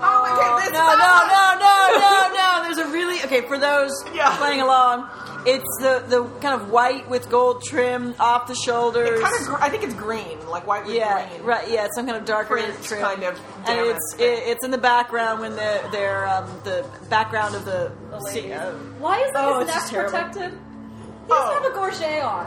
Speaker 3: Oh, okay. This
Speaker 1: No, no, no, no, no, no. There's a really okay for those
Speaker 3: (laughs) Yeah.
Speaker 1: playing along. It's the the kind of white with gold trim off the shoulders.
Speaker 3: It kind of. Gr- I think it's green, like white with
Speaker 1: Yeah,
Speaker 3: green.
Speaker 1: right. Yeah, it's some kind of darker
Speaker 3: Print
Speaker 1: trim.
Speaker 3: kind of
Speaker 1: and
Speaker 3: damask
Speaker 1: it's it, it's in the background when the their um, the background of the,
Speaker 2: The
Speaker 1: se-
Speaker 2: ladies.
Speaker 1: uh,
Speaker 2: Why isn't
Speaker 1: Oh,
Speaker 2: his
Speaker 1: it's just
Speaker 2: neck
Speaker 1: terrible.
Speaker 2: protected? He
Speaker 3: Oh.
Speaker 2: doesn't have a gorget on.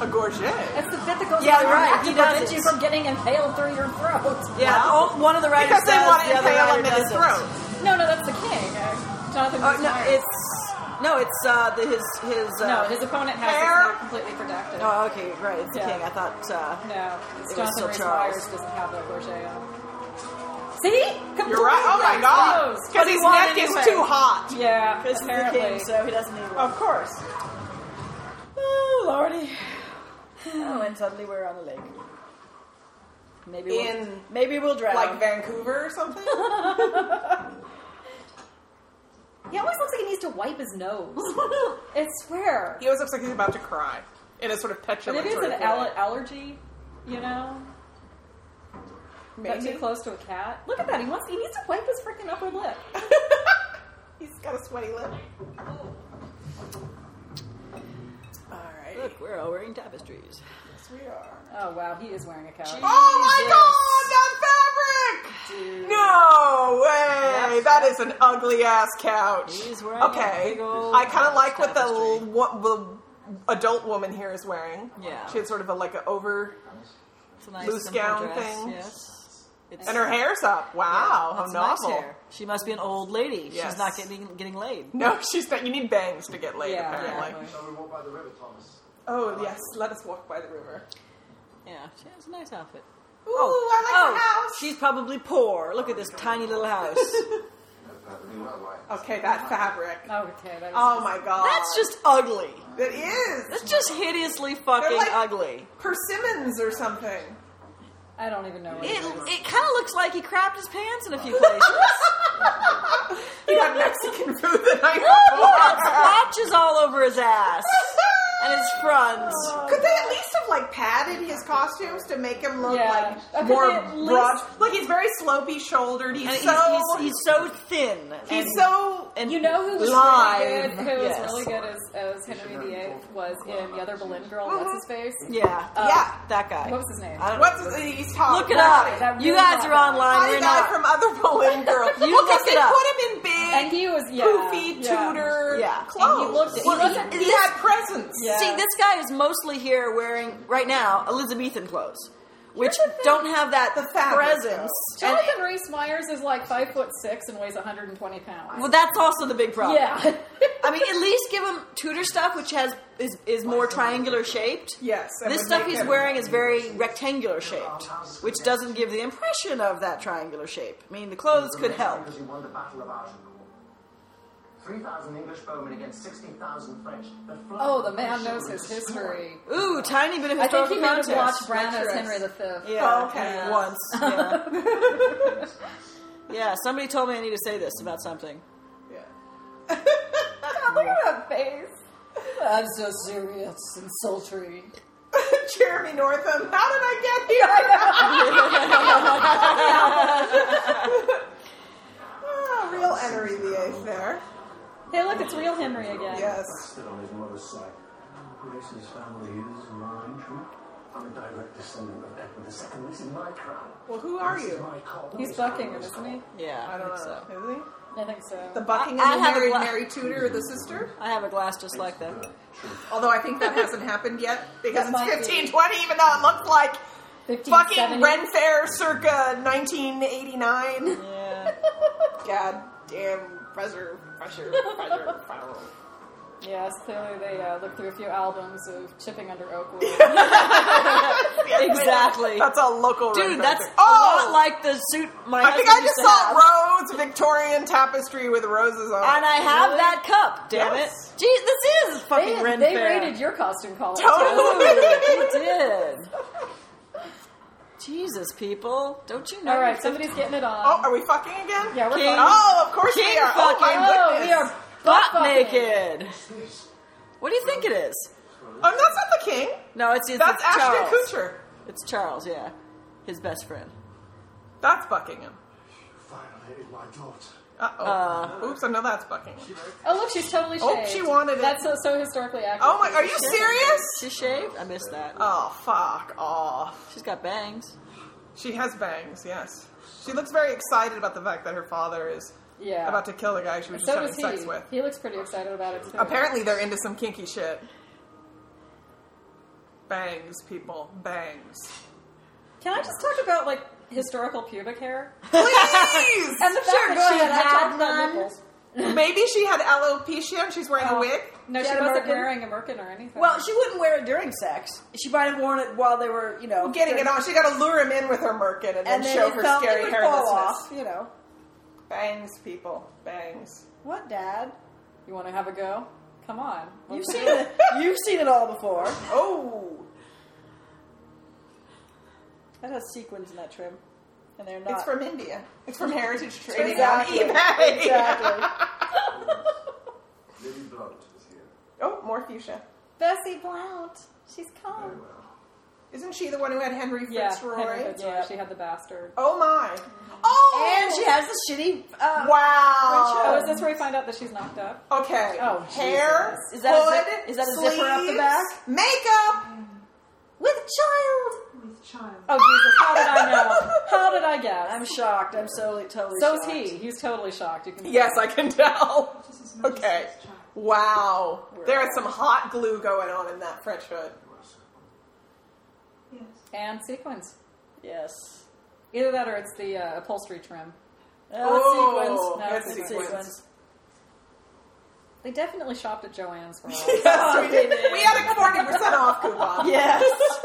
Speaker 3: A gorget.
Speaker 2: It's the bit that goes
Speaker 1: Yeah,
Speaker 2: on
Speaker 1: right,
Speaker 2: after
Speaker 1: he
Speaker 2: prevents
Speaker 1: does
Speaker 2: you
Speaker 1: it.
Speaker 2: from getting impaled through your throat.
Speaker 1: Yeah, oh, one of the writers
Speaker 3: Because they
Speaker 1: does,
Speaker 3: want to
Speaker 1: the other
Speaker 3: impale
Speaker 1: writer
Speaker 3: him in his
Speaker 1: doesn't.
Speaker 3: throat.
Speaker 2: No, no, that's the king. Uh, Jonathan.
Speaker 1: Oh, no,
Speaker 2: Myers.
Speaker 1: it's no, it's uh, the, his his. Uh,
Speaker 2: no, his opponent has
Speaker 3: Hair?
Speaker 2: it's not completely protected.
Speaker 1: Oh, okay, right. It's the
Speaker 2: Yeah.
Speaker 1: king. I thought. Uh,
Speaker 2: no, it's
Speaker 1: It was
Speaker 2: Jonathan
Speaker 1: still
Speaker 2: Rhys
Speaker 1: Charles.
Speaker 2: Myers doesn't have that gorget on. See, completely
Speaker 3: You're right. Oh my god.
Speaker 2: exposed.
Speaker 3: Because
Speaker 1: he
Speaker 3: his
Speaker 1: won
Speaker 3: neck
Speaker 1: anyway.
Speaker 3: is too hot.
Speaker 2: Yeah,
Speaker 1: this is the
Speaker 2: apparently.
Speaker 1: king, so he doesn't need one.
Speaker 3: Of course.
Speaker 1: Oh, lordy. Oh, and suddenly we're on a lake. Maybe we'll,
Speaker 3: In-
Speaker 1: maybe we'll drown.
Speaker 3: Like Vancouver or something.
Speaker 2: He always looks like he needs to wipe his nose. I swear.
Speaker 3: he always looks like he's about to cry in a sort of petulant
Speaker 2: Maybe it's
Speaker 3: sort
Speaker 2: an
Speaker 3: of
Speaker 2: al- allergy, you know?
Speaker 3: way.
Speaker 2: Got too
Speaker 3: Maybe.
Speaker 2: close to a cat. Look at that. He wants. He needs to wipe his freaking upper lip.
Speaker 3: He's got a sweaty lip.
Speaker 1: All right. Look, we're all wearing tapestries.
Speaker 3: Yes, we are.
Speaker 2: Oh wow, he is wearing a coat.
Speaker 3: Oh my god, that fabric! No way! That is an ugly ass couch.
Speaker 1: He's wearing a
Speaker 3: Okay,
Speaker 1: big old
Speaker 3: I kind of like what the
Speaker 1: tapestry.
Speaker 3: what the adult woman here is wearing.
Speaker 1: Yeah.
Speaker 3: she had sort of a like an over,
Speaker 1: It's a nice
Speaker 3: Loose
Speaker 1: simple
Speaker 3: gown
Speaker 1: dress,
Speaker 3: thing.
Speaker 1: Yes. It's,
Speaker 3: and her hair's up. Wow, how
Speaker 1: that's
Speaker 3: novel!
Speaker 1: Nice hair. She must be an old lady.
Speaker 3: Yes.
Speaker 1: She's not getting getting laid.
Speaker 3: No, (laughs) she's not. You need bangs to get laid,
Speaker 2: Yeah,
Speaker 3: apparently.
Speaker 2: exactly.
Speaker 4: Shall we walk by the river, Thomas?
Speaker 3: Oh yes, let us walk by the river.
Speaker 1: Yeah, she has a nice outfit.
Speaker 3: Ooh, I like the house.
Speaker 1: Oh. She's probably poor. Look at this tiny little (laughs) house.
Speaker 3: okay, that fabric.
Speaker 2: Okay, that is
Speaker 3: Oh my god,
Speaker 1: That's just ugly.
Speaker 3: it is
Speaker 1: That's just hideously fucking
Speaker 3: They're like-
Speaker 1: ugly.
Speaker 3: persimmons or something.
Speaker 1: (laughs)
Speaker 2: I don't even know. What
Speaker 1: It,
Speaker 2: it is.
Speaker 1: it kind of looks like he crapped his pants in a (laughs) few places.
Speaker 3: He had Mexican food the night
Speaker 1: He's
Speaker 3: before.
Speaker 1: got Splotches all over his ass and his front.
Speaker 3: Could they at least have like padded his costumes to make him look
Speaker 2: Yeah. Uh,
Speaker 3: like
Speaker 2: could
Speaker 3: more
Speaker 2: they at least-
Speaker 3: broad? Look, he's very slopey shouldered. He's
Speaker 1: And he's,
Speaker 3: so
Speaker 1: he's, he's so thin.
Speaker 3: he's
Speaker 1: and,
Speaker 3: so
Speaker 1: and
Speaker 2: You know who was
Speaker 1: live.
Speaker 2: really good? Who
Speaker 1: yes.
Speaker 2: was really good as, as Henry VIII was in the other Boleyn girl. What's his face?
Speaker 1: Yeah, Oh,
Speaker 2: Uh,
Speaker 3: yeah.
Speaker 1: that guy.
Speaker 2: What was his name?
Speaker 1: I don't
Speaker 3: What's he's talking?
Speaker 1: Look it
Speaker 2: Right,
Speaker 1: up.
Speaker 2: that
Speaker 1: You
Speaker 2: really
Speaker 1: guys are
Speaker 2: hot guy.
Speaker 1: online.
Speaker 3: I
Speaker 1: We're
Speaker 3: guy
Speaker 1: not.
Speaker 3: from other
Speaker 1: (laughs)
Speaker 3: Berlin girl.
Speaker 1: You
Speaker 3: well, 'cause
Speaker 1: look
Speaker 3: they
Speaker 1: it up.
Speaker 3: put him in big,
Speaker 2: And he was yeah,
Speaker 3: poofy
Speaker 2: yeah.
Speaker 3: Tudor
Speaker 1: Yeah.
Speaker 3: clothes.
Speaker 2: And he looked- he
Speaker 3: Well,
Speaker 2: looked-
Speaker 3: he had presence.
Speaker 2: Yeah.
Speaker 1: See, this guy is mostly here wearing right now Elizabethan clothes, which
Speaker 2: the thing.
Speaker 1: don't have that
Speaker 3: The fabric,
Speaker 1: presence. And-
Speaker 2: Jonathan Rhys Myers is like five foot six and weighs 120 pounds.
Speaker 1: well, that's also the big problem.
Speaker 2: yeah.
Speaker 1: (laughs) I mean, at least give him Tudor stuff, which has is is more triangular shaped.
Speaker 3: Yes, that
Speaker 1: This
Speaker 3: would
Speaker 1: stuff
Speaker 3: make
Speaker 1: he's
Speaker 3: him-
Speaker 1: wearing is very rectangular shaped, which doesn't give the impression of that triangular shape. I mean, the clothes could help.
Speaker 4: Because he won the Battle of Agincourt. 3,000 English bowmen against 16,000 French. The flood
Speaker 2: oh, the
Speaker 4: of
Speaker 2: man
Speaker 4: chivalry
Speaker 2: knows his
Speaker 4: was
Speaker 2: history.
Speaker 1: Oooo, tiny bit of
Speaker 2: I think
Speaker 1: historical
Speaker 2: he might have
Speaker 1: context.
Speaker 2: watched Brown as
Speaker 3: Treacherous.
Speaker 2: Henry V. (laughs)
Speaker 1: Yeah.
Speaker 3: Oh, okay.
Speaker 1: Once. Yeah. (laughs) yeah. Somebody told me I need to say this about something.
Speaker 3: Yeah.
Speaker 2: Look at that face. I'm so serious and (laughs) sultry.
Speaker 3: (laughs) Jeremy Northam. How did I get here? oh, real Henry VIII there.
Speaker 2: Hey, look, it's real Henry again.
Speaker 3: Yes.
Speaker 4: Stood on his mother's side. Grace's family is mine too. I'm a direct descendant of Edward II. This is my crown.
Speaker 3: Well, who are
Speaker 4: This is
Speaker 3: you?
Speaker 4: my call.
Speaker 2: He's
Speaker 4: This
Speaker 2: Buckingham,
Speaker 4: is
Speaker 2: isn't he?
Speaker 1: Yeah.
Speaker 3: I don't
Speaker 1: think
Speaker 3: know.
Speaker 1: so.
Speaker 3: Is he?
Speaker 2: I think so.
Speaker 3: The Buckingham
Speaker 1: I- I
Speaker 3: who
Speaker 1: have a
Speaker 3: married
Speaker 1: gla-
Speaker 3: Mary Tudor, the sister?
Speaker 1: I have a glass just like that.
Speaker 3: (laughs) Although I
Speaker 1: (laughs)
Speaker 3: think that hasn't happened yet because
Speaker 2: That might
Speaker 3: it's
Speaker 2: be.
Speaker 3: 1520, even though it looked like
Speaker 2: 1570.
Speaker 3: fucking Renfair circa 1989. (laughs)
Speaker 1: Yeah.
Speaker 3: God damn pressure, pressure, pressure.
Speaker 1: (laughs)
Speaker 2: Yes, clearly they uh, looked through a few albums of Chipping Under Oakwood.
Speaker 1: exactly.
Speaker 3: That's a local
Speaker 1: Dude,
Speaker 3: Renfair
Speaker 1: that's
Speaker 3: thing.
Speaker 1: a lot like the suit my
Speaker 3: Oh! I think I
Speaker 1: husband used
Speaker 3: just
Speaker 1: to
Speaker 3: saw
Speaker 1: have.
Speaker 3: Rhodes Victorian tapestry with roses on.
Speaker 1: And I have
Speaker 2: Really?
Speaker 1: that cup, damn
Speaker 3: Yes.
Speaker 1: it. Gee, this is
Speaker 2: they,
Speaker 1: fucking Ren
Speaker 2: they
Speaker 1: Fair. (laughs)
Speaker 2: rated your costume call.
Speaker 3: totally.
Speaker 1: Dude, you did. Jesus, people. Don't you know?
Speaker 2: All right,
Speaker 1: it's
Speaker 2: somebody's getting it on.
Speaker 3: oh, are we fucking again?
Speaker 2: yeah, we're
Speaker 1: King-
Speaker 2: fucking-
Speaker 3: Oh, of course
Speaker 1: King
Speaker 3: we are. Oh
Speaker 1: fucking-
Speaker 3: my
Speaker 2: Oh,
Speaker 3: goodness.
Speaker 2: we are
Speaker 1: butt
Speaker 2: butt fucking.
Speaker 1: naked? What do you think it is?
Speaker 3: Oh, that's not the king.
Speaker 1: No, it's, it's,
Speaker 3: That's
Speaker 1: it's
Speaker 3: Ashton
Speaker 1: Charles.
Speaker 3: Kutcher.
Speaker 1: It's Charles, yeah. His best friend.
Speaker 3: That's Buckingham.
Speaker 4: Finally, it is my daughter.
Speaker 3: Uh oh. Oops, I know that's Buckingham.
Speaker 2: Oh, look, she's totally
Speaker 3: Oh,
Speaker 2: shaved.
Speaker 3: she wanted it.
Speaker 2: That's so, so historically accurate.
Speaker 3: Oh my, are you serious?
Speaker 1: She shaved? I missed that.
Speaker 3: Oh, fuck off.
Speaker 1: She's got bangs.
Speaker 3: She has bangs, yes. She looks very excited about the fact that her father is
Speaker 2: Yeah.
Speaker 3: about to kill the guy she was
Speaker 2: so does
Speaker 3: just
Speaker 2: he.
Speaker 3: having sex with.
Speaker 2: He looks pretty excited about it too.
Speaker 3: Apparently, they're into some kinky shit. Bangs, people. Bangs.
Speaker 2: Can I just talk about like historical pubic hair?
Speaker 3: Please!
Speaker 2: And the fact
Speaker 1: Sure,
Speaker 2: that
Speaker 1: go
Speaker 2: she
Speaker 1: ahead. I
Speaker 2: had
Speaker 1: talked about
Speaker 2: none.
Speaker 1: nipples.
Speaker 3: Maybe she had alopecia and she's wearing
Speaker 1: Oh.
Speaker 3: a wig.
Speaker 2: No,
Speaker 1: She
Speaker 2: she
Speaker 1: had a
Speaker 2: wasn't
Speaker 1: merkin.
Speaker 2: wearing a merkin or anything.
Speaker 1: Well, she wouldn't wear it during sex. She might have worn it while they were, you know,
Speaker 3: Getting it on. She got to lure him in with her merkin
Speaker 1: and
Speaker 3: and, then
Speaker 1: then
Speaker 3: show
Speaker 1: it
Speaker 3: her
Speaker 1: fell- it
Speaker 3: scary
Speaker 1: would fall
Speaker 3: hairlessness.
Speaker 1: off. You know
Speaker 3: Bangs, people. Bangs.
Speaker 1: what, Dad?
Speaker 2: you want to have a go? Come on.
Speaker 1: You've seen it. You've seen it all before.
Speaker 3: Oh!
Speaker 1: That has sequins in that trim, and they're not.
Speaker 3: It's from India. It's
Speaker 1: (laughs)
Speaker 3: from Heritage Trading
Speaker 1: exactly.
Speaker 3: on (laughs) eBay.
Speaker 1: Exactly.
Speaker 4: Lily Blunt is here.
Speaker 3: Oh, more fuchsia.
Speaker 2: Bessie Blount. She's come.
Speaker 4: well.
Speaker 3: Isn't she the one who had Henry
Speaker 2: Yeah,
Speaker 3: Fitzroy?
Speaker 2: Henry Fitzroy.
Speaker 1: Yeah.
Speaker 2: She had the bastard.
Speaker 3: Oh my! Oh!
Speaker 1: And she has the shitty. Uh,
Speaker 2: Oh,
Speaker 3: wow!
Speaker 2: is this where we find out that she's knocked up?
Speaker 3: Okay.
Speaker 2: Oh,
Speaker 3: hair.
Speaker 1: Jesus. Is that a
Speaker 3: hood,
Speaker 1: zip- is that a zipper up the
Speaker 3: sleeves,
Speaker 1: back? Mm.
Speaker 3: Makeup.
Speaker 1: with a child.
Speaker 5: With child.
Speaker 2: Oh, Jesus. How did I know? How did I guess?
Speaker 1: I'm shocked. I'm so totally.
Speaker 2: so is
Speaker 1: shocked.
Speaker 2: he. He's totally shocked. You can
Speaker 3: Yes, I can tell.
Speaker 5: Just as much
Speaker 3: Okay.
Speaker 5: as child.
Speaker 3: Wow. There is some hot glue going on in that French hood.
Speaker 5: Yes.
Speaker 2: And sequins.
Speaker 1: Yes.
Speaker 2: Either that or it's the uh, upholstery trim.
Speaker 3: Oh,
Speaker 1: sequins. No,
Speaker 3: that's
Speaker 1: it's
Speaker 3: sequins.
Speaker 1: sequins.
Speaker 2: They definitely shopped at
Speaker 1: (laughs)
Speaker 2: Joann's for all.
Speaker 3: Yes, we, did. we had a forty percent off coupon.
Speaker 1: Yes.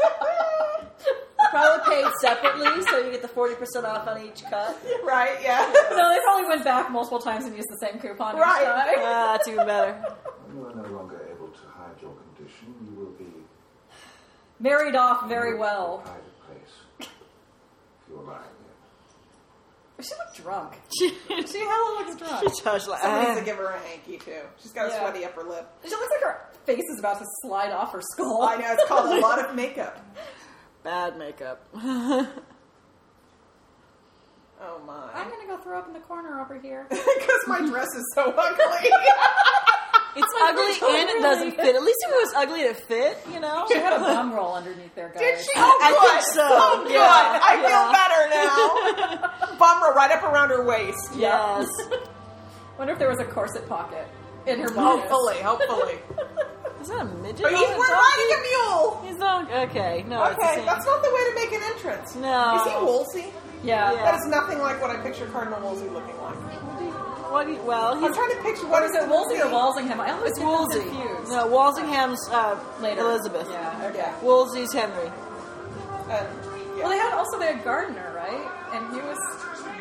Speaker 1: Probably paid
Speaker 2: (laughs)
Speaker 1: separately, (laughs) so you get the forty percent off on each cut.
Speaker 3: Right? Yeah. (laughs)
Speaker 2: no, they probably went back multiple times and used the same coupon. each
Speaker 3: Right.
Speaker 2: time.
Speaker 1: Ah, that's even better. (laughs)
Speaker 6: When you are no longer able to hide your condition, you will be in
Speaker 2: Married off very
Speaker 6: a
Speaker 2: well.
Speaker 6: private place. If you are lying here.
Speaker 2: She looked drunk.
Speaker 1: she
Speaker 2: (laughs) She hella looks drunk.
Speaker 1: does like. (laughs)
Speaker 3: Somebody needs
Speaker 1: ah.
Speaker 3: to give her a hanky too. She's got a
Speaker 2: Yeah.
Speaker 3: sweaty upper lip.
Speaker 2: She looks like her face is about to slide off her skull.
Speaker 3: I know it's called a lot of makeup.
Speaker 1: Bad makeup. (laughs)
Speaker 3: Oh my! (laughs)
Speaker 2: I'm gonna go throw up in the corner over here.
Speaker 3: Because my dress is so ugly.
Speaker 1: It's ugly and it doesn't fit. At least if it was ugly, it fit. You (laughs) know.
Speaker 2: She had a bum roll underneath there, guys.
Speaker 3: (laughs) Did she?
Speaker 1: I
Speaker 3: Oh,
Speaker 1: think
Speaker 3: good.
Speaker 1: so.
Speaker 3: Oh, good.
Speaker 1: Yeah.
Speaker 3: I feel better now. Bummer right up around her waist.
Speaker 1: Yes.
Speaker 2: Wonder if there was a corset pocket in her bonus.
Speaker 3: Hopefully, hopefully.
Speaker 1: Is that a midget?
Speaker 3: But
Speaker 1: on
Speaker 3: he's
Speaker 1: the
Speaker 3: we're
Speaker 1: donkey?
Speaker 3: riding a mule.
Speaker 1: He's not okay. No, it's the
Speaker 3: Okay,
Speaker 1: same.
Speaker 3: that's not the way to make an entrance.
Speaker 1: No.
Speaker 3: Is he Wolsey?
Speaker 2: Yeah.
Speaker 1: Yeah.
Speaker 3: That is nothing like what I picture Cardinal Wolsey looking like.
Speaker 1: What do you- well,
Speaker 3: I'm
Speaker 1: he's
Speaker 3: trying to picture
Speaker 2: Or
Speaker 3: what
Speaker 2: is
Speaker 3: is
Speaker 2: it Wolsey or
Speaker 3: Wolsey.
Speaker 2: Walsingham? I always get them
Speaker 1: Wolsey.
Speaker 2: confused.
Speaker 1: No, Walsingham's uh,
Speaker 2: Later.
Speaker 1: Elizabeth.
Speaker 2: Yeah. Okay.
Speaker 3: Yeah.
Speaker 1: Wolsey's Henry.
Speaker 3: And,
Speaker 2: Well,
Speaker 3: yeah.
Speaker 2: they had also they had Gardner, right? And he was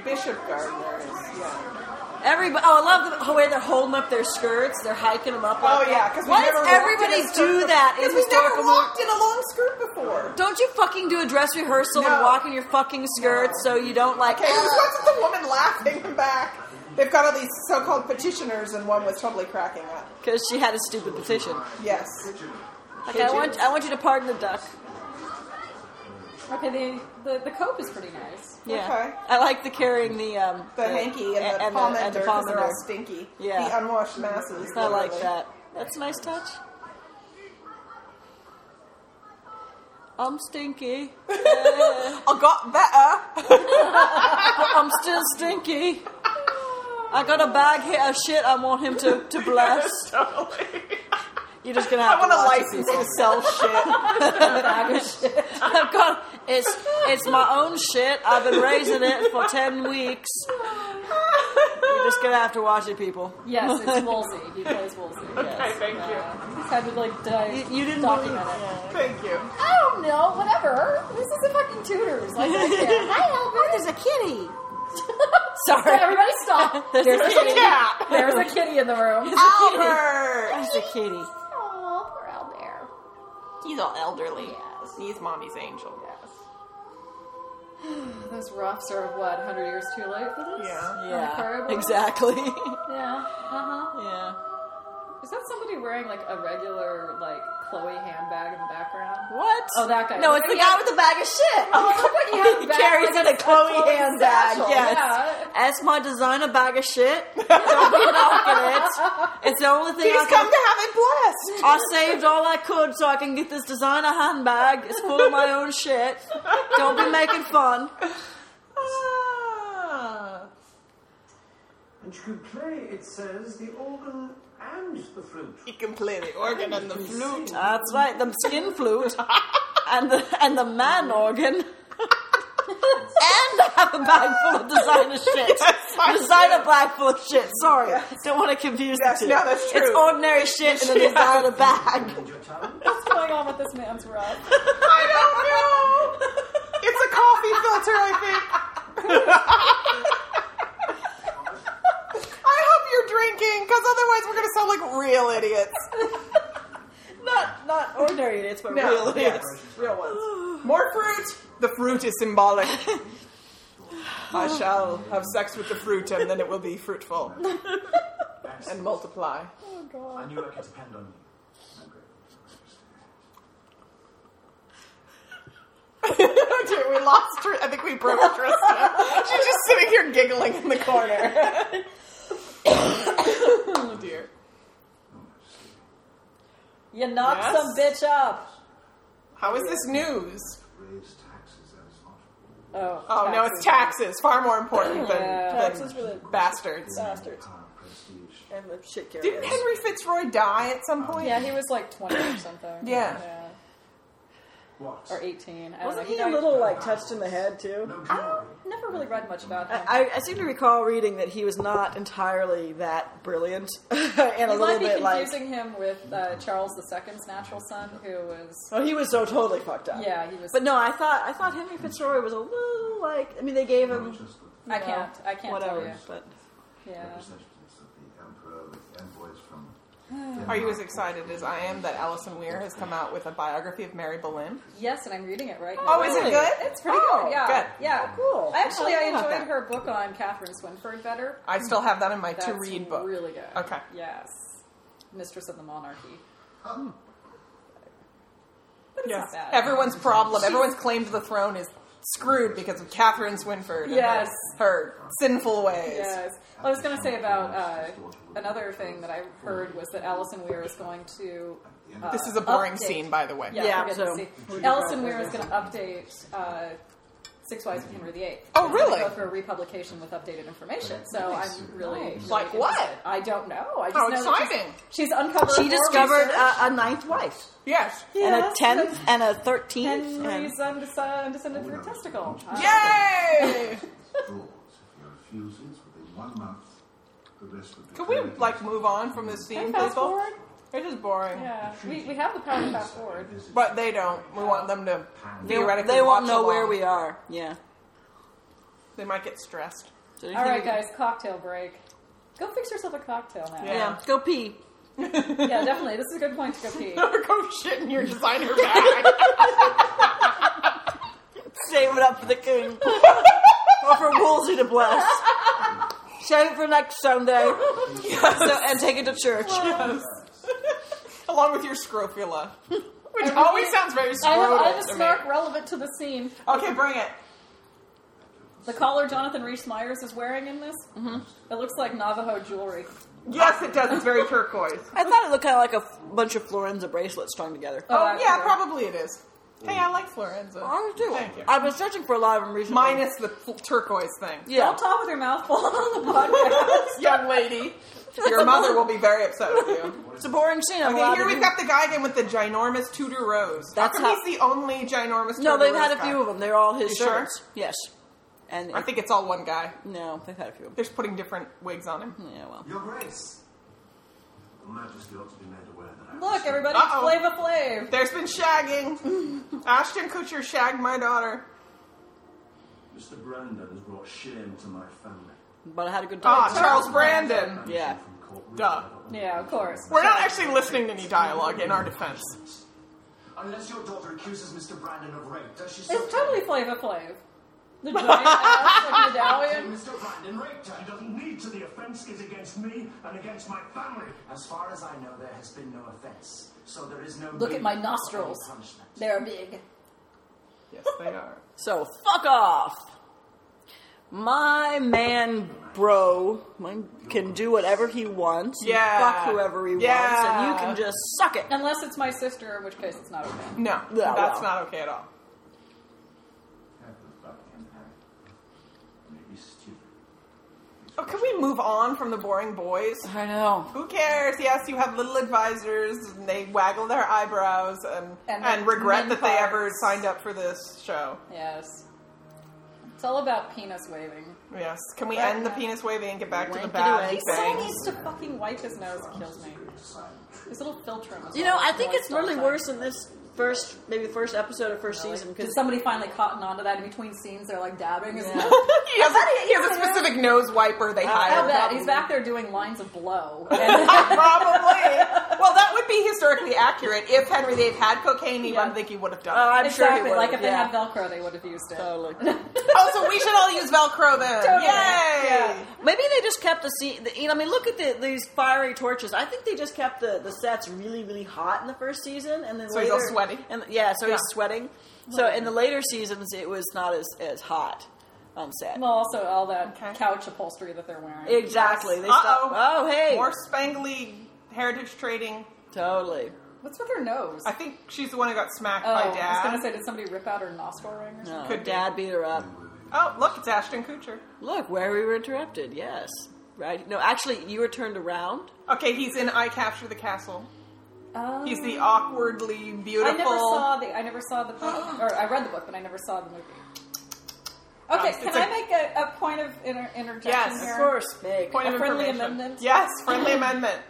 Speaker 3: Bishop Gardner is, yeah.
Speaker 1: Everybody. Oh, I love the way they're holding up their skirts. They're hiking them up.
Speaker 3: Oh,
Speaker 1: like that.
Speaker 3: yeah, because we
Speaker 1: why does
Speaker 3: never walked in
Speaker 1: everybody
Speaker 3: a skirt
Speaker 1: do
Speaker 3: before.
Speaker 1: that in
Speaker 3: 'Cause we
Speaker 1: historical
Speaker 3: never
Speaker 1: movies?
Speaker 3: walked in a long skirt before.
Speaker 1: Don't you fucking do a dress rehearsal
Speaker 3: No.
Speaker 1: and walk in your fucking skirts so you don't like?
Speaker 3: Okay, uh, who's what's with the woman laughing (laughs) back? They've got all these so-called petitioners, and one was totally cracking up.
Speaker 1: Because she had a stupid petition.
Speaker 3: Yes.
Speaker 1: Like, I want, I want you to pardon the duck.
Speaker 2: okay. The, the the cope is pretty nice.
Speaker 1: Yeah.
Speaker 3: Okay.
Speaker 1: I like the carrying the um
Speaker 3: The hanky and the
Speaker 1: and
Speaker 3: palm
Speaker 1: the
Speaker 3: ender, 'cause they're all
Speaker 1: palmender.
Speaker 3: stinky.
Speaker 1: Yeah.
Speaker 3: The unwashed masses.
Speaker 1: I like
Speaker 3: literally.
Speaker 1: that. That's a nice touch. I'm stinky.
Speaker 3: (laughs) I got better.
Speaker 1: (laughs) I'm still stinky. I got a bag here of shit I want him to,
Speaker 3: (laughs)
Speaker 1: to bless. You're just gonna have
Speaker 3: I want
Speaker 1: to
Speaker 3: a
Speaker 1: watch
Speaker 3: license
Speaker 1: it, people.
Speaker 3: to sell
Speaker 1: (laughs)
Speaker 3: (laughs) shit.
Speaker 1: I've got it's it's my own shit. I've been raising it for ten
Speaker 3: (laughs)
Speaker 1: weeks. You're just gonna have to watch it, people.
Speaker 2: Yes, it's Wolsey. He plays Wolsey.
Speaker 3: Okay, thank you.
Speaker 2: Yeah. He's had to like die.
Speaker 1: You, you didn't
Speaker 2: document
Speaker 1: believe-
Speaker 2: it.
Speaker 3: Thank you.
Speaker 2: I don't know. Whatever. This is the fucking tutors. Like, I (laughs) can't. Hi,
Speaker 1: Oh,
Speaker 2: Albert.
Speaker 1: there's a
Speaker 2: (laughs)
Speaker 1: kitty. Sorry.
Speaker 2: Everybody, stop. (laughs) There's, a kitty.
Speaker 3: (laughs) cat.
Speaker 2: There's a kitty in the room.
Speaker 1: Oh, (laughs)
Speaker 3: Albert.
Speaker 1: There's a kitty.
Speaker 2: Oh, poor Albert.
Speaker 3: He's all elderly.
Speaker 2: Yes.
Speaker 3: He's mommy's angel.
Speaker 2: (laughs) Those roughs are what, 100 years too late for this?
Speaker 3: Yeah.
Speaker 1: Yeah.
Speaker 2: Horrible.
Speaker 1: Exactly. (laughs)
Speaker 2: Yeah. Uh huh.
Speaker 1: yeah.
Speaker 2: Is that somebody wearing like a regular like Chloe handbag in the background? (laughs)
Speaker 1: What?
Speaker 2: Oh, that guy.
Speaker 1: No, it's the
Speaker 2: He
Speaker 1: guy
Speaker 2: had-
Speaker 1: with the bag of shit. (laughs)
Speaker 2: Oh, look what you have (laughs)
Speaker 1: he
Speaker 2: back,
Speaker 1: carries
Speaker 2: like
Speaker 1: in a Chloe
Speaker 2: Chloe
Speaker 1: handbag.
Speaker 2: satchel,
Speaker 1: Yes,
Speaker 2: yeah.
Speaker 1: that's my designer bag of shit. (laughs) Don't be knocking it. It's the only thing I
Speaker 3: He's
Speaker 1: can.
Speaker 3: come to have it blessed.
Speaker 1: I saved all I could so I can get this designer handbag. It's full of my own shit. Don't be making fun.
Speaker 3: Ah.
Speaker 4: And you can play, it says, the organ and the flute.
Speaker 3: (laughs) He can play the organ and the flute.
Speaker 1: That's right, the skin flute. and the and the man organ. (laughs) and I have a bag full of designer (laughs) shit.
Speaker 3: I
Speaker 1: designer bag full of shit. Sorry, don't want to confuse
Speaker 3: Yes,
Speaker 1: the two.
Speaker 3: no, that's
Speaker 1: It's
Speaker 3: true.
Speaker 1: ordinary shit in a
Speaker 3: Yeah.
Speaker 1: designer bag.
Speaker 4: Hold your tongue.
Speaker 2: What's going on with this man's rug?
Speaker 3: I don't know. It's a coffee filter, I think. (laughs) I hope you're drinking, because otherwise we're going to sound like real idiots.
Speaker 1: (laughs) Not not ordinary idiots, but real
Speaker 3: No, yes,
Speaker 1: idiots.
Speaker 3: real ones. More fruit. The fruit is symbolic. I shall have sex with the fruit, and then it will be fruitful
Speaker 4: That's-
Speaker 3: and multiply. (laughs)
Speaker 4: I knew I could depend on you.
Speaker 6: I'm grateful.
Speaker 3: Dude, we lost. Tr- I think we broke Trista. She's just sitting here giggling in the corner. oh dear.
Speaker 6: Oh,
Speaker 2: You knock
Speaker 3: Yes.
Speaker 2: some bitch up.
Speaker 3: How is this news?
Speaker 6: Raise taxes, that is not all.
Speaker 2: Oh,
Speaker 3: Oh no, it's taxes. Far more important than,
Speaker 2: Yeah.
Speaker 3: than
Speaker 1: Taxes really-
Speaker 3: bastards.
Speaker 1: Bastards.
Speaker 6: Power, prestige,
Speaker 1: And the shit carriers.
Speaker 3: Didn't Henry Fitzroy die at some point?
Speaker 2: Yeah, he was like 20 or something.
Speaker 3: Yeah.
Speaker 4: What?
Speaker 2: Or 18. I
Speaker 1: Wasn't
Speaker 2: don't know.
Speaker 1: he a
Speaker 2: died-
Speaker 1: little like touched in the head too?
Speaker 4: No
Speaker 2: I
Speaker 4: jewelry.
Speaker 2: don't- never really read much about him.
Speaker 1: I, I seem to recall reading that he was not entirely that brilliant, (laughs) and a
Speaker 2: you might
Speaker 1: little
Speaker 2: be
Speaker 1: bit like
Speaker 2: confusing him with uh, Charles II's natural son, who was
Speaker 1: oh, he was so totally fucked up.
Speaker 2: Yeah, he was-
Speaker 1: But no, I thought I thought Henry Fitzroy was a little like I mean they gave him
Speaker 6: just the
Speaker 2: I can't I can't tell
Speaker 1: whatever,
Speaker 2: you.
Speaker 1: but
Speaker 2: Yeah.
Speaker 6: representatives of the emperor, the envoys from.
Speaker 3: Are you
Speaker 6: Denmark.
Speaker 3: as excited as I am that Alison Weir has come out with a biography of Mary Boleyn?
Speaker 2: Yes, and I'm reading it right now.
Speaker 3: Oh, is it
Speaker 1: Really?
Speaker 3: good?
Speaker 2: It's pretty
Speaker 3: Oh,
Speaker 2: good. Yeah.
Speaker 3: Good. Oh,
Speaker 2: Yeah.
Speaker 1: cool.
Speaker 2: I Actually,
Speaker 3: I
Speaker 2: I
Speaker 3: didn't know
Speaker 2: enjoyed
Speaker 3: that.
Speaker 2: her book on Catherine Swinford better.
Speaker 3: I still have that in my
Speaker 2: That's
Speaker 3: to read book.
Speaker 2: Really good.
Speaker 3: Okay.
Speaker 2: Yes. Mistress of the Monarchy.
Speaker 3: yes.
Speaker 2: not bad.
Speaker 3: Everyone's problem, everyone's claim to the throne is screwed because of Catherine Swinford. and
Speaker 2: Yes.
Speaker 3: Her, her sinful ways.
Speaker 2: Yes. I was going to say about uh, another thing that I heard was that Alison Weir is going to. Uh,
Speaker 3: This is a boring
Speaker 2: update-
Speaker 3: scene, by the way.
Speaker 2: Yeah,
Speaker 1: Yeah,
Speaker 2: forget
Speaker 1: so-
Speaker 2: the scene. Alison Weir is going to update uh, Six Wives of Henry VIII.
Speaker 3: Oh,
Speaker 2: It's gonna
Speaker 3: really?
Speaker 2: Go through a republication with updated information. So I'm really, really
Speaker 3: Like what?
Speaker 2: interested. I don't know. I just
Speaker 3: How
Speaker 2: know that she's-
Speaker 3: exciting.
Speaker 2: She's, uncovered.
Speaker 1: she
Speaker 2: more
Speaker 1: discovered
Speaker 2: research.
Speaker 1: a, a ninth wife
Speaker 3: Yes.
Speaker 1: and a
Speaker 2: Yes,
Speaker 1: tenth and a thirteenth.
Speaker 2: Henry's undis- undescended through testicle. Uh,
Speaker 3: Yay!
Speaker 6: Laws. If you refuse it within one month, the rest would be.
Speaker 3: Could we
Speaker 6: cleared.
Speaker 3: like move on from this scene,
Speaker 2: Can I
Speaker 3: please?
Speaker 2: fast
Speaker 3: Bill?
Speaker 2: forward?
Speaker 3: It is boring.
Speaker 2: Yeah, we, we have the power to fast forward.
Speaker 6: Visit
Speaker 3: But they don't. We want them to
Speaker 1: They,
Speaker 3: theoretically
Speaker 1: they won't
Speaker 3: watch
Speaker 1: know where
Speaker 3: along.
Speaker 1: we are. Yeah.
Speaker 3: They might get stressed. (laughs)
Speaker 1: So do you
Speaker 2: All right,
Speaker 1: think we-
Speaker 2: guys, cocktail break. Go fix yourself a cocktail now.
Speaker 1: Yeah. go pee.
Speaker 2: Yeah, definitely. This is a good point to go pee.
Speaker 3: Go shit in your designer bag.
Speaker 1: Save it up for the
Speaker 2: (laughs)
Speaker 1: king. or for Woolsey to bless. Save it for next
Speaker 2: (laughs)
Speaker 1: Sunday. So, and take it to church.
Speaker 3: Along with your scrofula. Which always sounds very
Speaker 2: I have, I have
Speaker 3: scrotal
Speaker 2: a
Speaker 3: to me.
Speaker 2: snark relevant to the scene.
Speaker 3: Okay, bring it.
Speaker 2: The collar Jonathan Rhys Myers is wearing in this, mm-hmm. it looks like Navajo jewelry.
Speaker 3: Yes, it does. It's very turquoise.
Speaker 1: I thought it looked kind of like a f- bunch of Florenza bracelets strung together.
Speaker 2: Oh,
Speaker 3: Oh, yeah,
Speaker 2: absolutely.
Speaker 3: probably it is. Hey, I like Florenza.
Speaker 1: I do.
Speaker 3: Thank you.
Speaker 1: I've been searching for a lot of them recently.
Speaker 3: Minus the fl- turquoise thing.
Speaker 1: (laughs) Yeah.
Speaker 2: Don't talk with your mouth full (laughs) on the podcast.
Speaker 3: Young lady, your mother will be very upset with you.
Speaker 1: (laughs) It's a boring scene. I'm allowed
Speaker 3: Okay,
Speaker 1: to
Speaker 3: here we've
Speaker 1: do-
Speaker 3: got the guy again with the ginormous Tudor rose.
Speaker 1: That's
Speaker 3: how come
Speaker 1: how-
Speaker 3: he's the only ginormous Tudor
Speaker 1: No, they've
Speaker 3: rose
Speaker 1: had a
Speaker 3: guy?
Speaker 1: few of them. They're all his
Speaker 3: You sure?
Speaker 1: shirts. Yes. And
Speaker 3: I think it's all one guy.
Speaker 1: no, they've had a few of them.
Speaker 3: They're just putting different wigs on him.
Speaker 1: Yeah, well.
Speaker 4: Your Grace.
Speaker 6: Your Majesty ought to be made aware that I.
Speaker 2: Look, everybody,
Speaker 3: Uh-oh.
Speaker 2: Flava Flav.
Speaker 3: There's been shagging. Ashton Kutcher shagged my daughter.
Speaker 4: Mr. Brandon has brought shame to my family.
Speaker 1: But I had a good
Speaker 3: Ah,
Speaker 1: time.
Speaker 3: Charles Brandon.
Speaker 4: I'm
Speaker 1: Yeah.
Speaker 4: from court.
Speaker 3: Duh.
Speaker 2: Yeah, of course.
Speaker 3: We're not actually listening to any dialogue in our defense.
Speaker 4: Unless your daughter accuses Mr. Brandon of rape, does she still-
Speaker 2: It's totally Flava Flav.
Speaker 1: (laughs)
Speaker 2: The giant ass like medallion.
Speaker 4: Mr. Brandon raped her. He doesn't need to. The offense is against me and against my family. As far as I know, there has been no offense, so there is no.
Speaker 2: Look
Speaker 4: need
Speaker 2: at my
Speaker 4: for any
Speaker 2: nostrils.
Speaker 4: punishment.
Speaker 2: They're big.
Speaker 3: Yes, they are.
Speaker 1: So fuck off. My man, bro, man can do whatever he wants. and
Speaker 3: Yeah.
Speaker 1: Fuck whoever he wants, and you
Speaker 3: Yeah.
Speaker 1: can just suck it.
Speaker 2: Unless it's my sister, in which case it's not okay.
Speaker 3: No,
Speaker 1: Yeah,
Speaker 3: that's
Speaker 1: well.
Speaker 3: not okay at all.
Speaker 6: Have the butt and Harry. Maybe stupid.
Speaker 3: Oh, can we move on from the boring boys?
Speaker 1: I know.
Speaker 3: Who cares? Yes, you have little advisors, and they waggle their eyebrows and and,
Speaker 2: And
Speaker 3: regret
Speaker 2: mint
Speaker 3: that they ever
Speaker 2: parts.
Speaker 3: signed up for this show.
Speaker 2: Yes. It's all about penis waving.
Speaker 3: Yes. Can we
Speaker 2: Yeah.
Speaker 3: end the penis waving and get back to the
Speaker 1: Wankety
Speaker 3: bad
Speaker 1: wank.
Speaker 2: He so (laughs)
Speaker 3: thing?
Speaker 2: needs to fucking wipe his nose. It kills me. His little filter. in his
Speaker 1: You know,
Speaker 2: nose
Speaker 1: I think
Speaker 2: always
Speaker 1: it's really
Speaker 2: stops
Speaker 1: worse in this first, maybe the first episode of first
Speaker 2: Like,
Speaker 1: season
Speaker 2: did
Speaker 1: because
Speaker 2: somebody finally cotton onto that in between scenes? They're like dabbing. His nose.
Speaker 3: He has, a, he has a specific nose wiper they
Speaker 2: I
Speaker 3: hired.
Speaker 2: bet he's back there doing lines of (laughs) blow. And
Speaker 3: (laughs) Probably. Well, that would be historically accurate. If Henry VIII had cocaine, he
Speaker 2: Yeah.
Speaker 3: I think he would have done.
Speaker 1: Oh,
Speaker 3: it.
Speaker 1: I'm
Speaker 2: exactly
Speaker 1: sure he would.
Speaker 2: like if they
Speaker 1: yeah.
Speaker 2: had Velcro, they would have used
Speaker 1: (laughs)
Speaker 2: it.
Speaker 1: Totally.
Speaker 3: Also, Oh, we should all use Velcro then.
Speaker 2: Totally.
Speaker 3: Yay!
Speaker 2: Yeah.
Speaker 1: Maybe they just kept the scene. The, you know, I mean, look at the, these fiery torches. I think they just kept the, the sets really, really hot in the first season, and then
Speaker 3: So he's
Speaker 1: later,
Speaker 3: all sweaty?
Speaker 1: And yeah, so
Speaker 3: Yeah.
Speaker 1: he's sweating. So in the later seasons, it was not as as hot on set.
Speaker 2: Well, also all that
Speaker 3: Okay.
Speaker 2: couch upholstery that they're wearing.
Speaker 1: exactly. They
Speaker 3: Uh-oh.
Speaker 1: stopped- Oh, hey,
Speaker 3: More spangly heritage trading.
Speaker 1: totally.
Speaker 2: What's with her nose?
Speaker 3: I think she's the one who got smacked
Speaker 2: oh,
Speaker 3: by
Speaker 2: I was
Speaker 3: dad.
Speaker 2: gonna say, did somebody rip out her nostril ring or something?
Speaker 1: No,
Speaker 3: Could be.
Speaker 1: Oh, Dad beat her up.
Speaker 3: Oh, look, it's Ashton Kutcher.
Speaker 1: Look where we were interrupted. Yes, right. No, actually, you were turned around.
Speaker 3: Okay, he's in I Capture the Castle.
Speaker 2: Oh.
Speaker 3: He's the awkwardly beautiful.
Speaker 2: I never saw the. I never
Speaker 3: (gasps)
Speaker 2: saw the. book- or I read the book, but I never saw the movie. Okay,
Speaker 3: Um,
Speaker 2: can
Speaker 3: it's
Speaker 2: I
Speaker 3: a-
Speaker 2: make a, a point of inter- interjection
Speaker 3: Yes, of
Speaker 2: here?
Speaker 1: Of course, big.
Speaker 3: Point
Speaker 2: A
Speaker 3: of
Speaker 2: friendly
Speaker 3: information.
Speaker 2: amendment?
Speaker 3: Yes, friendly amendment.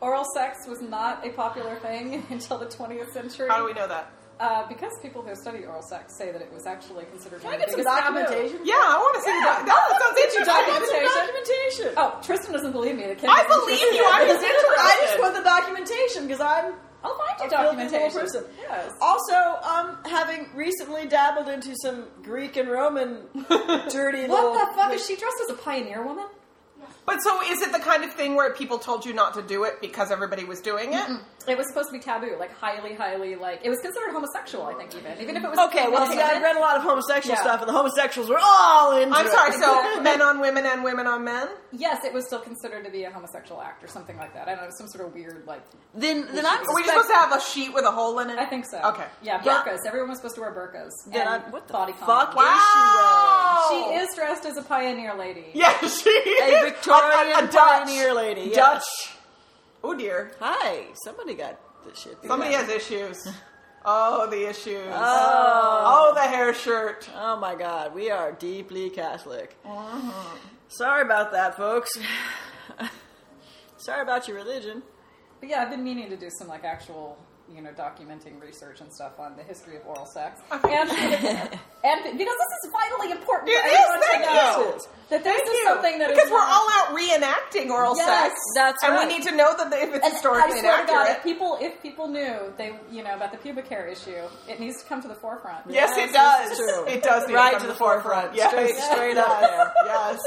Speaker 2: Oral sex was not a popular thing (laughs) until the 20th century.
Speaker 3: How do we know that?
Speaker 2: Uh, because people who study oral sex say that it was actually considered.
Speaker 1: Can
Speaker 2: one
Speaker 1: I
Speaker 2: of
Speaker 1: get
Speaker 2: the
Speaker 1: some
Speaker 2: biggest taboo.
Speaker 1: documentation?
Speaker 3: Yeah, I want to see the doc- No, that sounds
Speaker 1: Get
Speaker 3: interesting.
Speaker 1: some
Speaker 2: Documentation?
Speaker 1: documentation.
Speaker 2: Oh, Tristan doesn't believe me. The kid
Speaker 3: I
Speaker 2: doesn't
Speaker 3: believe
Speaker 2: trust
Speaker 3: you. I'm
Speaker 1: I
Speaker 3: just
Speaker 1: just
Speaker 3: interested.
Speaker 1: want the documentation because I'm
Speaker 2: I'll find you
Speaker 1: a filthy little
Speaker 2: documentation.
Speaker 1: person.
Speaker 2: Yes.
Speaker 1: Also, um, having recently dabbled into some Greek and (laughs) Roman dirty little.
Speaker 2: What the fuck is she dressed as a pioneer woman?
Speaker 3: But so is it the kind of thing where people told you not to do it because everybody was doing it?
Speaker 2: It was supposed to be taboo, like highly, highly, like it was considered homosexual. I think even even if it was
Speaker 1: Okay, well, see, I read a lot of homosexual
Speaker 2: Yeah.
Speaker 1: stuff, and the homosexuals were all into
Speaker 3: I'm
Speaker 1: it.
Speaker 3: sorry, so men on women and women on men?
Speaker 2: yes, it was still considered to be a homosexual act or something like that. I don't know, some sort of weird like.
Speaker 1: Then, then I'm.
Speaker 3: Are we
Speaker 1: Suspect-
Speaker 3: supposed to have a sheet with a hole in it?
Speaker 2: I think so.
Speaker 3: Okay.
Speaker 2: Yeah,
Speaker 1: Yeah.
Speaker 2: burkas. Everyone was supposed to wear burkas.
Speaker 1: Then
Speaker 2: and
Speaker 1: I- what the
Speaker 2: body
Speaker 1: fuck?
Speaker 2: condom.
Speaker 1: What is she
Speaker 3: Wow!
Speaker 2: She is dressed as a pioneer lady.
Speaker 3: (laughs) Yeah, she is.
Speaker 1: a Victorian
Speaker 3: (laughs) a, a, a Dutch.
Speaker 1: pioneer lady. yeah.
Speaker 3: Dutch. Oh dear.
Speaker 1: Hi, somebody got this shit. figured
Speaker 3: Somebody
Speaker 1: out.
Speaker 3: has issues. Oh, the issues.
Speaker 1: Oh,
Speaker 3: Oh, the hair shirt.
Speaker 1: oh my God, we are deeply Catholic. Uh-huh. Sorry about that, folks. (laughs) sorry about your religion.
Speaker 2: But yeah, I've been meaning to do some like actual, you know, documenting research and stuff on the history of oral
Speaker 3: (laughs)
Speaker 2: sex. And, and because this is vitally important
Speaker 3: It
Speaker 2: for
Speaker 3: is,
Speaker 2: everyone
Speaker 3: thank
Speaker 2: to know
Speaker 1: you.
Speaker 2: that this is
Speaker 3: you.
Speaker 2: something that is
Speaker 3: because we're
Speaker 2: not-
Speaker 3: all out reenacting oral
Speaker 2: Yes,
Speaker 3: sex.
Speaker 1: that's
Speaker 3: and
Speaker 1: right.
Speaker 3: we need to know that they- if it's
Speaker 2: And
Speaker 3: historically
Speaker 2: I swear to God, if
Speaker 3: inaccurate.
Speaker 2: people if people knew they you know about the pubic hair issue, it needs to come to the forefront.
Speaker 3: yes,
Speaker 1: Yes,
Speaker 3: it does.
Speaker 1: this is true.
Speaker 3: It does. Need
Speaker 1: Right
Speaker 3: come
Speaker 1: to the forefront. (laughs)
Speaker 3: Yes.
Speaker 1: Straight- straight
Speaker 3: yes.
Speaker 1: up there.
Speaker 3: Yes.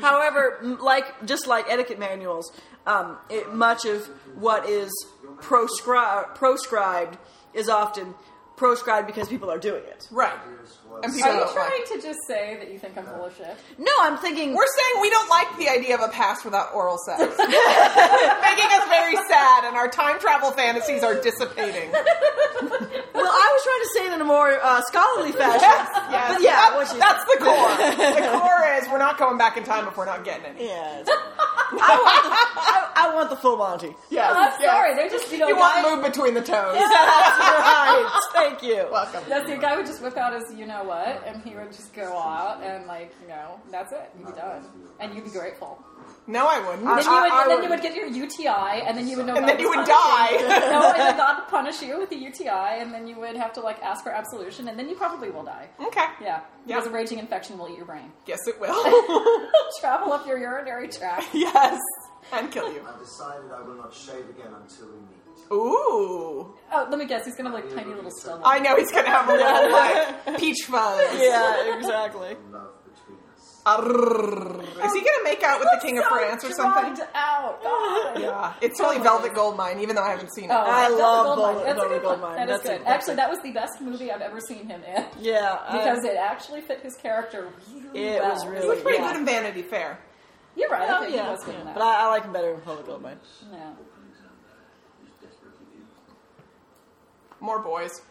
Speaker 1: However, m- like just like etiquette manuals, um, it, much of what is proscri- proscribed is often proscribed because people are doing it.
Speaker 3: Right. And people
Speaker 2: Are you
Speaker 3: don't like-
Speaker 2: trying to just say that you think I'm full of shit?
Speaker 1: No, I'm thinking
Speaker 3: We're saying we don't like the idea of a past without oral
Speaker 2: (laughs)
Speaker 3: sex. Making us very sad, and our time travel fantasies are dissipating.
Speaker 1: well. I was trying to say it in a more uh, (laughs) scholarly fashion,
Speaker 3: Yes,
Speaker 1: but yeah,
Speaker 3: that-
Speaker 1: what you
Speaker 3: that's the core. The core is we're not going back in time if we're not getting it.
Speaker 1: yeah. it's- I, want the, I, I want the full Monty.
Speaker 3: (laughs) Yes,
Speaker 2: I'm
Speaker 3: yes.
Speaker 2: sorry, they're just you know
Speaker 3: You want
Speaker 2: guy-
Speaker 3: to move between the toes.
Speaker 1: That's right. Thank you.
Speaker 3: Welcome.
Speaker 2: That's the guy would just whip out his you know what, and he would just go out and like you know that's it, you'd be done, and you'd be grateful.
Speaker 3: No, I wouldn't.
Speaker 2: Then you
Speaker 1: I-
Speaker 2: would,
Speaker 1: I
Speaker 2: and then
Speaker 1: would-
Speaker 2: you would get your UTI, and then you would know.
Speaker 3: and
Speaker 2: God (laughs)
Speaker 3: then you would
Speaker 2: was punishing
Speaker 3: die.
Speaker 2: you. no,
Speaker 1: (laughs)
Speaker 2: and then God would punish you with the UTI, and then you would have to like ask for absolution, and then you probably will die.
Speaker 3: Okay.
Speaker 2: Yeah,
Speaker 3: Yeah.
Speaker 2: because a raging infection will eat your brain, (laughs)
Speaker 3: Yes, it will. (laughs)
Speaker 2: travel up your
Speaker 1: (laughs)
Speaker 2: urinary tract.
Speaker 3: yes, and kill you.
Speaker 7: I've decided I will not shave again until we meet.
Speaker 3: Ooh.
Speaker 2: Oh, let me guess, he's gonna have like tiny little stubble.
Speaker 1: (laughs)
Speaker 3: I know he's gonna have a little like peach fuzz.
Speaker 1: Yeah, exactly.
Speaker 7: Love between us.
Speaker 3: Arrrrrr. Is he gonna make out with the king of
Speaker 2: So
Speaker 3: France or something?
Speaker 2: drugged
Speaker 1: (laughs)
Speaker 2: out. God.
Speaker 3: Yeah, it's really Velvet Goldmine, even though I haven't seen it.
Speaker 2: Oh,
Speaker 1: I
Speaker 2: Velvet
Speaker 1: love
Speaker 2: Goldmine.
Speaker 1: Velvet-
Speaker 2: That's a
Speaker 1: Velvet
Speaker 2: good one.
Speaker 1: Goldmine.
Speaker 2: That is
Speaker 1: That's a-
Speaker 2: good.
Speaker 1: that's
Speaker 2: Actually, that was the best movie I've ever seen him
Speaker 1: (laughs)
Speaker 2: in
Speaker 1: Yeah, I-
Speaker 2: because it actually fit his character really
Speaker 1: It
Speaker 2: well.
Speaker 1: was
Speaker 3: He
Speaker 1: really-
Speaker 3: was pretty
Speaker 2: Yeah.
Speaker 3: good in Vanity Fair.
Speaker 2: You're right. I
Speaker 1: Oh,
Speaker 2: think he
Speaker 1: yeah,
Speaker 2: was good in
Speaker 1: yeah.
Speaker 2: that.
Speaker 1: But I, I like him better in Public Goldmine.
Speaker 2: Yeah.
Speaker 3: More boys,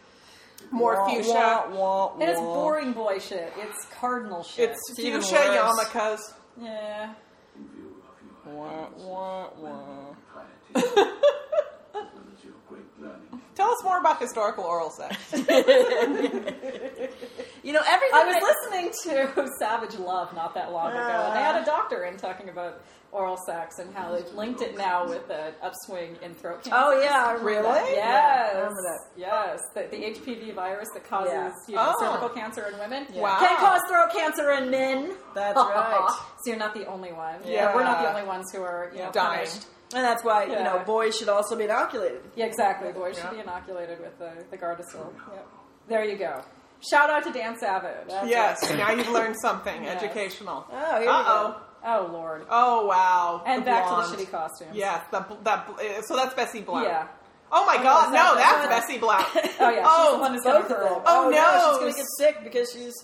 Speaker 3: more
Speaker 1: Wah,
Speaker 3: fuchsia.
Speaker 1: wah, wah,
Speaker 2: And it's
Speaker 1: wah.
Speaker 2: boring boy shit. It's cardinal shit.
Speaker 3: It's
Speaker 1: even
Speaker 3: fuchsia
Speaker 1: worse.
Speaker 3: yarmulkes.
Speaker 2: Yeah.
Speaker 8: in view of your
Speaker 1: Wah,
Speaker 8: advances,
Speaker 1: wah, wah.
Speaker 8: well-known propriety, as well as your great learning.
Speaker 3: (laughs) Tell us more about historical
Speaker 2: (laughs)
Speaker 3: oral sex.
Speaker 1: You know, everything.
Speaker 2: I was
Speaker 1: that-
Speaker 2: listening to (laughs) Savage Love not that long ago, and they
Speaker 3: Uh.
Speaker 2: had a doctor in talking about oral sex and how they've linked it now with an upswing in throat cancer.
Speaker 1: Oh yeah, I remember that.
Speaker 3: Really?
Speaker 1: Yeah,
Speaker 2: Yes.
Speaker 1: I remember that.
Speaker 2: Yes. The, the HPV virus that causes
Speaker 1: Yeah.
Speaker 2: you know,
Speaker 3: Oh.
Speaker 2: cervical cancer in women
Speaker 3: Wow.
Speaker 2: can cause throat cancer in men.
Speaker 1: That's right.
Speaker 2: so you're not the only one.
Speaker 3: Yeah.
Speaker 2: We're not the only ones who are you know,
Speaker 3: Dying.
Speaker 2: punished.
Speaker 1: (laughs) And that's why you know
Speaker 2: Yeah.
Speaker 1: boys should also be inoculated.
Speaker 2: Yeah, exactly. Boys
Speaker 3: Yeah.
Speaker 2: should be inoculated with the, the Gardasil. Yep. There you go. Shout out to Dan Savage. That's
Speaker 3: yes,
Speaker 2: it.
Speaker 3: now you've learned something
Speaker 2: (laughs) Yes.
Speaker 3: educational.
Speaker 1: Oh, here we go.
Speaker 3: Uh-oh.
Speaker 2: Oh, Lord.
Speaker 3: Oh, wow.
Speaker 2: And back to the
Speaker 3: blonde.
Speaker 2: shitty costumes.
Speaker 3: Yeah, the, bl- that, bl- uh, so that's Bessie Blount.
Speaker 2: Yeah.
Speaker 3: Oh my god,
Speaker 2: is
Speaker 3: no,
Speaker 2: that
Speaker 3: that's
Speaker 2: the-
Speaker 3: Bessie Blount.
Speaker 2: (laughs) Oh, yeah.
Speaker 3: Oh,
Speaker 2: she's the one who's
Speaker 1: Both of
Speaker 2: got a
Speaker 1: them.
Speaker 2: curl.
Speaker 3: Oh, no.
Speaker 1: she's gonna get sick because she's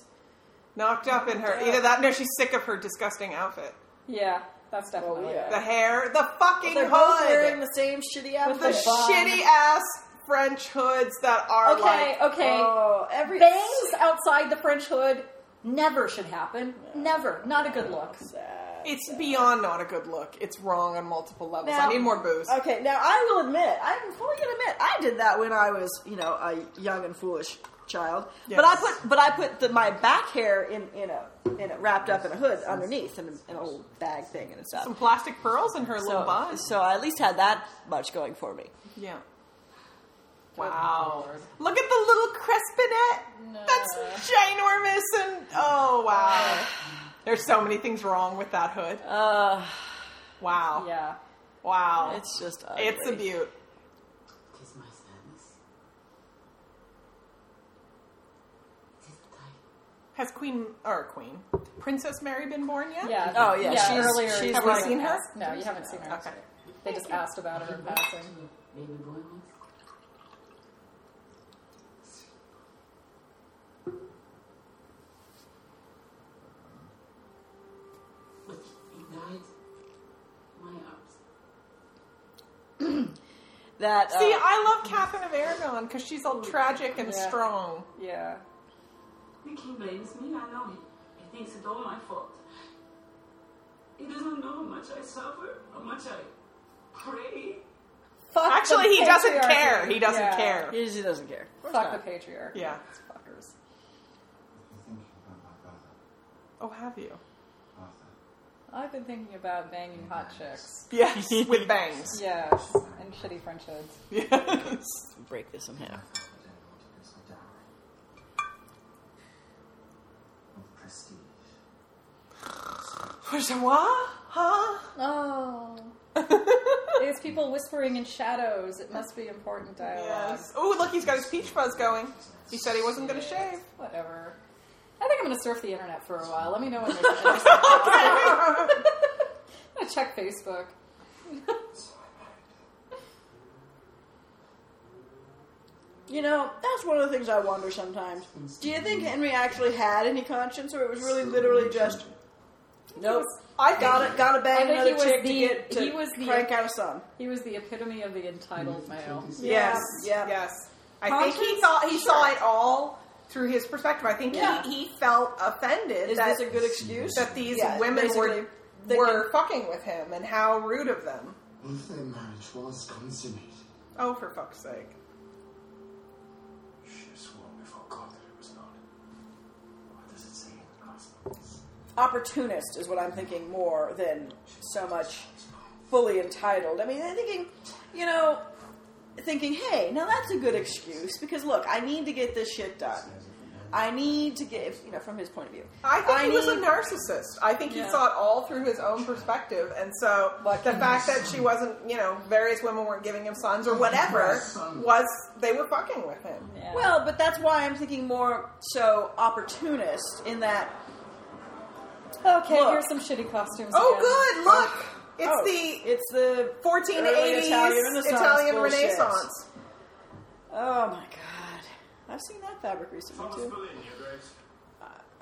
Speaker 3: Knocked up in her. Either that, no, she's sick of her disgusting outfit.
Speaker 2: Yeah, that's definitely
Speaker 1: Oh, yeah.
Speaker 2: it.
Speaker 3: The hair, the fucking
Speaker 1: they're both wearing
Speaker 3: hood,
Speaker 1: the same shitty
Speaker 2: With
Speaker 3: the
Speaker 1: outfit.
Speaker 2: the bun.
Speaker 3: shitty ass French hoods that are
Speaker 2: Okay,
Speaker 3: like.
Speaker 2: okay.
Speaker 1: Oh, every
Speaker 2: Bangs outside the French hood never should happen. Never. Not a good look.
Speaker 3: It's beyond not a good look. It's wrong on multiple levels.
Speaker 1: Now-
Speaker 3: I need more booze.
Speaker 1: Okay, now I will admit, I'm fully gonna admit, I did that when I was, you know, a young and foolish child. But I
Speaker 3: Yes.
Speaker 1: put, but I put the, my back hair in in a in a wrapped up in a hood underneath and an old bag thing and stuff.
Speaker 3: Some plastic pearls in her little
Speaker 1: So,
Speaker 3: bun.
Speaker 1: so I at least had that much going for me.
Speaker 3: Yeah. Wow. Look at the little crespinet. That's ginormous and oh
Speaker 2: (sighs)
Speaker 3: wow. There's so many things wrong with that hood.
Speaker 1: Uh,
Speaker 3: Wow.
Speaker 2: Yeah.
Speaker 3: Wow. It's,
Speaker 1: it's just
Speaker 3: a
Speaker 1: ugly.
Speaker 3: beaut.
Speaker 9: Kiss my sadness. Tis the time.
Speaker 3: Has Queen or Queen Princess Mary been born yet?
Speaker 2: Yeah.
Speaker 1: Oh, yeah, she's-
Speaker 2: earlier,
Speaker 1: she's
Speaker 2: have we
Speaker 1: like-
Speaker 2: seen her? No, you haven't seen her.
Speaker 3: Okay.
Speaker 2: They just asked about her in passing.
Speaker 9: Baby boy once. But he died in my arms.
Speaker 1: That uh,
Speaker 3: See, I love Catherine of Aragon because she's all tragic and
Speaker 2: Yeah.
Speaker 3: strong.
Speaker 2: (laughs) Yeah.
Speaker 9: The king blames me, I know. He thinks it's all my fault. He doesn't know how much I suffer, how much I pray.
Speaker 2: Fuck the
Speaker 3: Actually, he doesn't
Speaker 2: patriarchy.
Speaker 3: care. He doesn't
Speaker 2: Yeah.
Speaker 3: care.
Speaker 1: he just doesn't care. Of course
Speaker 2: Fuck
Speaker 1: not.
Speaker 2: the patriarchy.
Speaker 3: Yeah.
Speaker 2: These Fuckers.
Speaker 6: You're thinking about my brother,
Speaker 3: Oh, have you?
Speaker 6: Arthur.
Speaker 2: I've been thinking about banging hot chicks.
Speaker 3: (laughs) Yes, with bangs.
Speaker 2: Yes. And shitty French hoods.
Speaker 3: Yes.
Speaker 1: Break this in half.
Speaker 4: Father didn't want to lose my dowry. Of prestige.
Speaker 3: What? Huh?
Speaker 2: Oh. There's people whispering in shadows. It must be important dialogue.
Speaker 3: Yes. Oh, look, he's got his peach fuzz going. He said he wasn't going to shave.
Speaker 2: Whatever. I think I'm going to surf the internet for a while. Let
Speaker 1: (laughs)
Speaker 2: me know when there's an interesting I'm going to check Facebook.
Speaker 1: You know, that's one of the things I wonder sometimes. Do you think Henry actually had any conscience, or it was really literally just nope? I got it. Got to
Speaker 2: I
Speaker 1: bang
Speaker 2: think
Speaker 1: another
Speaker 2: he was
Speaker 1: chick
Speaker 2: the-
Speaker 1: to get to
Speaker 2: he was the-
Speaker 1: crank out a son.
Speaker 2: He was the epitome of the entitled male.
Speaker 3: Yes.
Speaker 1: Yeah.
Speaker 3: Yes. I think he
Speaker 1: Conscience?
Speaker 3: thought he
Speaker 1: Sure.
Speaker 3: saw it all through his perspective. I think
Speaker 1: Yeah.
Speaker 3: he, he felt offended
Speaker 1: Is
Speaker 3: that,
Speaker 1: this a good excuse?
Speaker 3: that these
Speaker 1: Yeah,
Speaker 3: women were
Speaker 1: basically, they
Speaker 3: were fucking with him and how rude of them.
Speaker 4: Once their marriage was consummated,
Speaker 3: Oh, for fuck's sake.
Speaker 4: she swore before God that it was not. What does it say in the Gospels?
Speaker 1: Opportunist is what I'm thinking more than so much fully entitled. I mean, I'm thinking, you know, thinking, hey, now that's a good excuse because look, I need to get this shit done. I need to get, you know, from his point of view.
Speaker 3: I think he was a
Speaker 1: need-
Speaker 3: narcissist. I think he
Speaker 2: Yeah.
Speaker 3: saw it all through his own perspective, and so
Speaker 1: What
Speaker 3: the
Speaker 1: can
Speaker 3: fact that she wasn't, you know, various women weren't giving him sons or whatever was they were fucking with him.
Speaker 2: Yeah.
Speaker 1: Well, but that's why I'm thinking more so opportunist in that.
Speaker 2: okay,
Speaker 1: look.
Speaker 2: here's some shitty costumes.
Speaker 3: Oh,
Speaker 2: again.
Speaker 3: good! Look, it's
Speaker 1: oh,
Speaker 3: the
Speaker 1: it's the
Speaker 3: 1480s
Speaker 1: early Italian
Speaker 3: Italian Renaissance.
Speaker 1: Renaissance bullshit. Oh my god, I've seen that fabric recently too.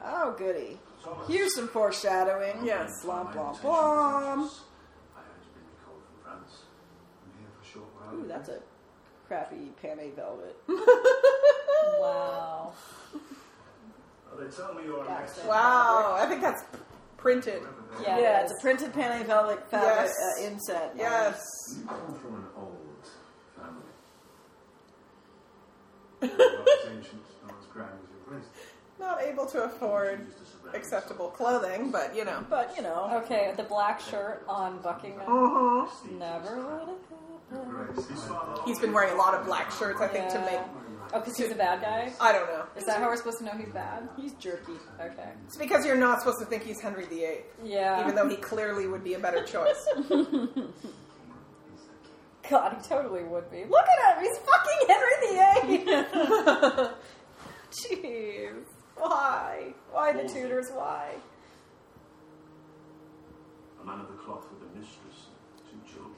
Speaker 1: Oh goody, here's some foreshadowing.
Speaker 3: Yes.
Speaker 1: blom blom
Speaker 6: Intention
Speaker 1: blom.
Speaker 6: was- I had been recalled from France. I'm here for a short while.
Speaker 1: Ooh, that's a crappy panne velvet.
Speaker 2: Wow.
Speaker 6: Well, they tell me you're an
Speaker 1: Accent.
Speaker 6: excellent
Speaker 3: Wow, I think that's printed.
Speaker 2: Yeah, it
Speaker 1: yeah, it's
Speaker 2: is.
Speaker 1: a printed Paleontologic fabric
Speaker 3: Yes.
Speaker 1: uh, inset.
Speaker 3: Yes.
Speaker 6: You come from an old (laughs) family. Not as ancient, not as grand as your place.
Speaker 3: Not able to afford
Speaker 6: Choose to surround
Speaker 3: acceptable clothing, but you know.
Speaker 1: But, you know. Oh.
Speaker 2: Okay, the black shirt on Buckingham.
Speaker 3: hmm
Speaker 1: Mm-hmm.
Speaker 6: yourself with
Speaker 2: Never would have.
Speaker 6: your grace. His father
Speaker 3: He's been wearing a lot of black shirts, I think, to
Speaker 2: Yeah.
Speaker 3: make.
Speaker 2: Oh, because he's a bad guy?
Speaker 3: I don't know.
Speaker 2: Is that how we're supposed to know he's bad?
Speaker 1: He's jerky.
Speaker 2: Okay.
Speaker 3: It's because you're not supposed to think he's Henry VIII,
Speaker 2: Yeah.
Speaker 3: even though he clearly would be a better
Speaker 1: (laughs)
Speaker 3: choice.
Speaker 6: is the king.
Speaker 2: (laughs) God, he totally would be. Look at him! He's fucking Henry VIII! Jeez. Why? Why the Tudors? Why?
Speaker 8: A man of the cloth with a mistress and two children.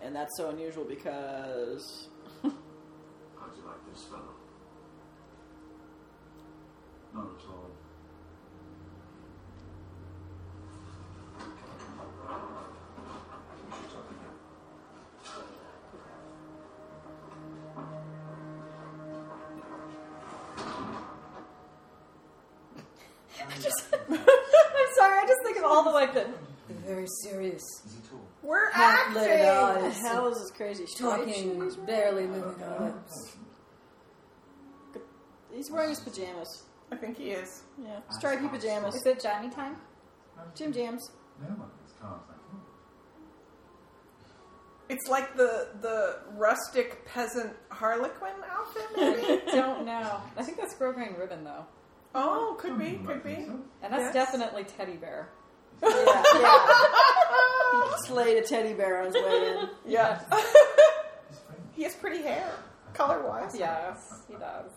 Speaker 1: And that's so unusual because.
Speaker 8: How do you like this fellow?
Speaker 6: Not at all.
Speaker 2: I'm sorry, I just think of all the like the. Very serious.
Speaker 6: Is he tall?
Speaker 3: We're
Speaker 2: Half-lived
Speaker 3: acting!
Speaker 1: The
Speaker 2: eyes.
Speaker 1: hell is this crazy straight shoes?
Speaker 2: barely moving our
Speaker 1: He's wearing his pajamas.
Speaker 3: I think he is.
Speaker 1: Yeah. Stripy pajamas.
Speaker 2: Is it Johnny time?
Speaker 1: Jim Jams.
Speaker 6: No one is cars like him.
Speaker 3: It's like the the rustic peasant harlequin outfit,
Speaker 1: (laughs)
Speaker 3: maybe?
Speaker 2: (laughs) Don't know. I think that's Grosgrain Ribbon though,
Speaker 3: oh, could be,
Speaker 6: Something
Speaker 3: could
Speaker 6: like
Speaker 3: be.
Speaker 6: himself.
Speaker 2: and that's
Speaker 3: Yes.
Speaker 2: definitely Teddy Bear.
Speaker 1: (laughs) Yeah,
Speaker 2: (laughs)
Speaker 1: yeah. he slayed a teddy bear on his way in.
Speaker 3: Yeah.
Speaker 6: He's French.
Speaker 3: he has pretty hair, color wise.
Speaker 2: Yes, he does.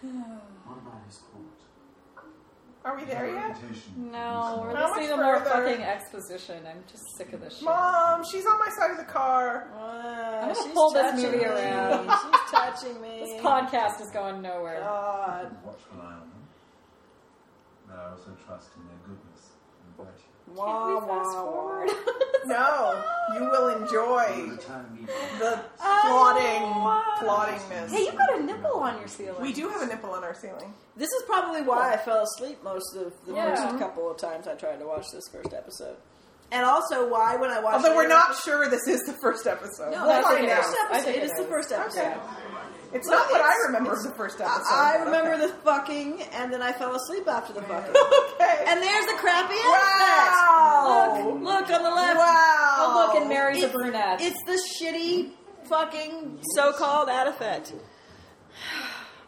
Speaker 4: What about his court?
Speaker 3: Are we there yet?
Speaker 6: Reputation.
Speaker 2: No, we're
Speaker 3: How much
Speaker 2: listening to more
Speaker 3: further?
Speaker 2: fucking exposition. I'm just sick of this shit.
Speaker 3: Mom, she's on my side of the car.
Speaker 1: Wow,
Speaker 2: I'm gonna
Speaker 1: Uh, she's
Speaker 2: pull this
Speaker 1: touching
Speaker 2: movie
Speaker 1: me.
Speaker 2: around. (laughs)
Speaker 1: She's touching me. Oh,
Speaker 2: This podcast is going nowhere.
Speaker 1: God.
Speaker 6: Watchful eye on them. But I also trust in their goodness and virtue.
Speaker 1: Wah,
Speaker 2: Can't we
Speaker 1: wah,
Speaker 2: fast
Speaker 1: wah.
Speaker 2: forward?
Speaker 3: (laughs) No, you will enjoy the
Speaker 2: Oh,
Speaker 3: plotting, plottingness.
Speaker 2: Hey, you've got a nipple on your ceiling.
Speaker 3: We do have a nipple on our ceiling.
Speaker 1: This is probably why I fell asleep most of the
Speaker 2: Yeah.
Speaker 1: first couple of times I tried to watch this first episode. And also why when I watched
Speaker 2: Oh,
Speaker 3: Although
Speaker 1: the
Speaker 3: we're
Speaker 1: other
Speaker 3: not
Speaker 1: episode-
Speaker 3: sure this is the first episode.
Speaker 1: Uh, No,
Speaker 3: we'll
Speaker 2: I think
Speaker 3: find
Speaker 2: it
Speaker 3: out.
Speaker 2: is.
Speaker 1: First episode.
Speaker 2: think
Speaker 1: It
Speaker 2: it
Speaker 1: is the
Speaker 2: is.
Speaker 1: first episode.
Speaker 3: Okay. It's not what I remember of the first episode.
Speaker 1: I
Speaker 3: but
Speaker 1: remember
Speaker 3: okay.
Speaker 1: the fucking, and then I fell asleep after the fucking.
Speaker 3: (laughs) Okay.
Speaker 1: and there's the crappy
Speaker 3: Wow.
Speaker 1: outfit. Look, look on the left.
Speaker 3: wow.
Speaker 2: Oh, look, and Mary's a
Speaker 1: It's-
Speaker 2: brunette.
Speaker 1: It's the shitty fucking so-called artifact.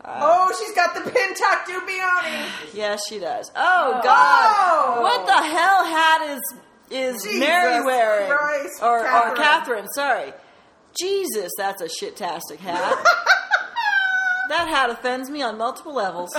Speaker 3: Oh, she's got the pin tucked Dubioni.
Speaker 1: Yes, she does. Oh God! What the hell hat is is
Speaker 3: Jesus
Speaker 1: Mary wearing?
Speaker 3: Christ,
Speaker 1: or or
Speaker 3: Catherine.
Speaker 1: Catherine? Sorry, Jesus, that's a shit-tastic hat.
Speaker 3: (laughs)
Speaker 1: that hat offends me on multiple levels.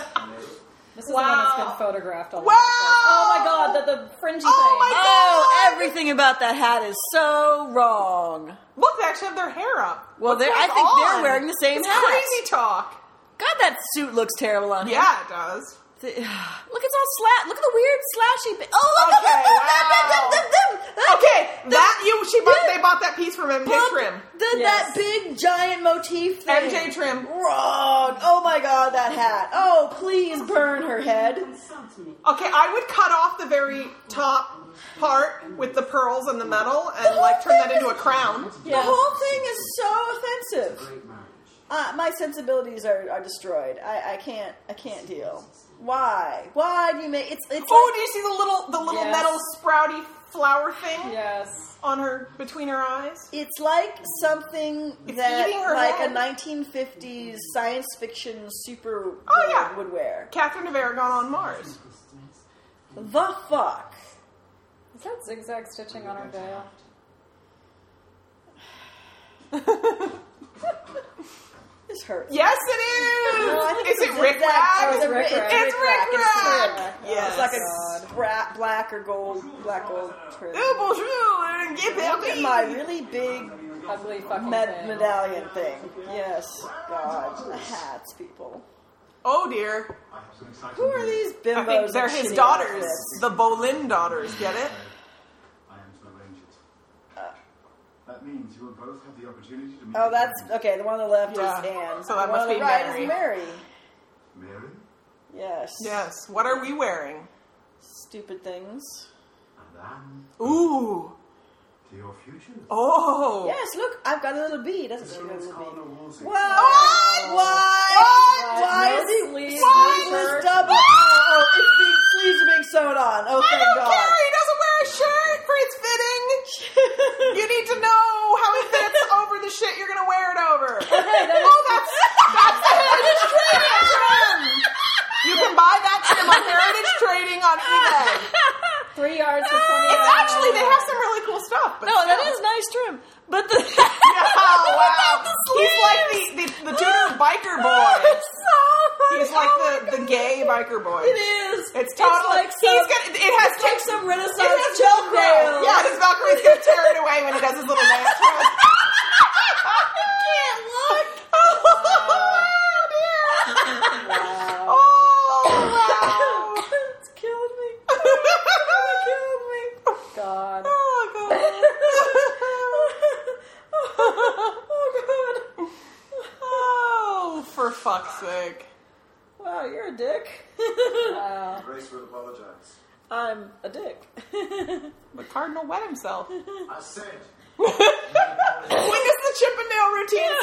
Speaker 2: This is the one
Speaker 3: Wow.
Speaker 2: that's been photographed. All
Speaker 3: Wow.
Speaker 2: Oh my god, the, the fringy
Speaker 3: Oh
Speaker 2: thing.
Speaker 3: my-
Speaker 1: Oh, everything about that hat is so wrong.
Speaker 3: Look, they actually have their hair up.
Speaker 1: Well,
Speaker 3: What's
Speaker 1: they're- I
Speaker 3: going
Speaker 1: think they're
Speaker 3: on?
Speaker 1: wearing the same
Speaker 3: it's
Speaker 1: hat.
Speaker 3: Crazy talk.
Speaker 1: God, that suit looks terrible on him.
Speaker 3: Yeah, it does.
Speaker 1: Th- (sighs) Look, it's all slat. Look at the weird slashy. Bit. Oh, look
Speaker 3: Okay,
Speaker 1: at the- the- the- the- the-
Speaker 3: Okay, that you she bought.
Speaker 1: Yeah.
Speaker 3: They bought that piece from MJ
Speaker 1: Look,
Speaker 3: Trim.
Speaker 1: The,
Speaker 2: Yes.
Speaker 1: That big giant motif thing.
Speaker 3: MJ Trim.
Speaker 1: Wrong. Oh my god, that hat. Oh, please burn her head.
Speaker 9: Insult me.
Speaker 3: Okay, I would cut off the very top part with the pearls and the metal, and like turn that into a crown.
Speaker 1: The
Speaker 2: Yes.
Speaker 1: whole thing is so offensive. Uh, my sensibilities are, are destroyed. I, I can't I can't deal. Why? Why do you make it's it's
Speaker 3: Oh, do you see the little the little
Speaker 2: Yes.
Speaker 3: metal sprouty flower thing
Speaker 2: Oh, Yes.
Speaker 3: on her between her eyes?
Speaker 1: It's like something
Speaker 3: It's
Speaker 1: that
Speaker 3: eating her
Speaker 1: like
Speaker 3: head.
Speaker 1: a 1950s science fiction super
Speaker 3: Oh, yeah.
Speaker 1: would wear.
Speaker 3: Catherine of Aragon on Mars.
Speaker 1: The fuck.
Speaker 2: Is that zigzag stitching on her veil?
Speaker 1: This hurts.
Speaker 3: Yes, it is.
Speaker 1: No, I think
Speaker 3: is
Speaker 1: it's
Speaker 3: it
Speaker 1: a
Speaker 3: Rick
Speaker 1: zigzag-
Speaker 3: Rack?
Speaker 2: it's Rick Rack.
Speaker 3: It's Rick Rack.
Speaker 1: Oh,
Speaker 3: Yes.
Speaker 1: It's like a bra- black or gold, black gold trim.
Speaker 3: Ooh, bonjour. Get that
Speaker 1: Look at
Speaker 3: beat.
Speaker 1: my really big
Speaker 2: Ugly fucking
Speaker 1: med-
Speaker 2: thing.
Speaker 1: medallion thing. Yes, God, hats, people.
Speaker 3: Oh dear.
Speaker 6: I have some exciting
Speaker 1: Who are
Speaker 6: news.
Speaker 1: these bimbos?
Speaker 3: I think
Speaker 1: in
Speaker 3: they're his
Speaker 1: shitty
Speaker 3: daughters,
Speaker 1: outfits?
Speaker 3: the Bolin daughters. Get it?
Speaker 6: I am to arrange it. that means you will both have the opportunity to meet.
Speaker 1: Oh,
Speaker 6: the
Speaker 1: that's
Speaker 6: king.
Speaker 1: okay. The one on the left
Speaker 3: Yeah.
Speaker 1: is Anne.
Speaker 3: So that
Speaker 1: the one on
Speaker 3: must
Speaker 1: the
Speaker 3: be
Speaker 1: right
Speaker 3: Mary.
Speaker 1: is Mary.
Speaker 6: Mary.
Speaker 1: Yes.
Speaker 3: Yes. What are we wearing?
Speaker 1: Stupid things.
Speaker 6: And I'm
Speaker 3: Ooh.
Speaker 6: to your future.
Speaker 3: Oh.
Speaker 1: Yes, look, I've got a little bee. That's
Speaker 6: So
Speaker 1: a
Speaker 6: let's
Speaker 1: little
Speaker 6: call
Speaker 1: bee.
Speaker 6: her Wolsey.
Speaker 1: What? Oh
Speaker 3: What?
Speaker 1: What? Why is
Speaker 2: Miss
Speaker 1: he?
Speaker 2: Lee
Speaker 1: Why
Speaker 2: Sliver.
Speaker 1: was double? Oh, it's being, sleeves are being sewed on. Oh,
Speaker 3: I
Speaker 1: thank
Speaker 3: don't
Speaker 1: God.
Speaker 3: care. He doesn't wear a shirt for its fitting.
Speaker 1: (laughs)
Speaker 3: you need to know how it fits over the shit you're gonna wear it over.
Speaker 1: (laughs)
Speaker 3: oh, that's that's the heritage trading trim. You can buy that trim on Heritage Trading on eBay.
Speaker 2: Three yards for twenty.
Speaker 3: (laughs) It's actually they have some really cool stuff. But
Speaker 1: No, that
Speaker 3: (laughs)
Speaker 1: is nice trim, but the
Speaker 3: Oh,
Speaker 2: (laughs)
Speaker 3: wow.
Speaker 1: The
Speaker 3: He's like the,
Speaker 1: sleeves.
Speaker 3: the, the Tudor biker
Speaker 1: (laughs)
Speaker 3: boy.
Speaker 1: It's so
Speaker 3: He's like the, the gay biker boy.
Speaker 1: It is.
Speaker 3: It's totally.
Speaker 1: like some,
Speaker 3: he's gonna. It has
Speaker 1: it's like
Speaker 3: tips-
Speaker 1: some Renaissance
Speaker 3: It has
Speaker 1: Velcro.
Speaker 3: Velcro. Yeah, his Valkyrie's gonna tear it away when he does his little dance.
Speaker 1: Can't
Speaker 3: (laughs)
Speaker 1: look.
Speaker 3: Oh,
Speaker 1: it's killing me.
Speaker 3: wow.
Speaker 2: God.
Speaker 3: Oh, God. Oh, for fuck's sake.
Speaker 1: Wow, you're a dick.
Speaker 2: Wow.
Speaker 7: Grace will apologize.
Speaker 1: I'm a dick.
Speaker 3: The cardinal wet himself. When
Speaker 7: I said,
Speaker 3: does the Chippendale routine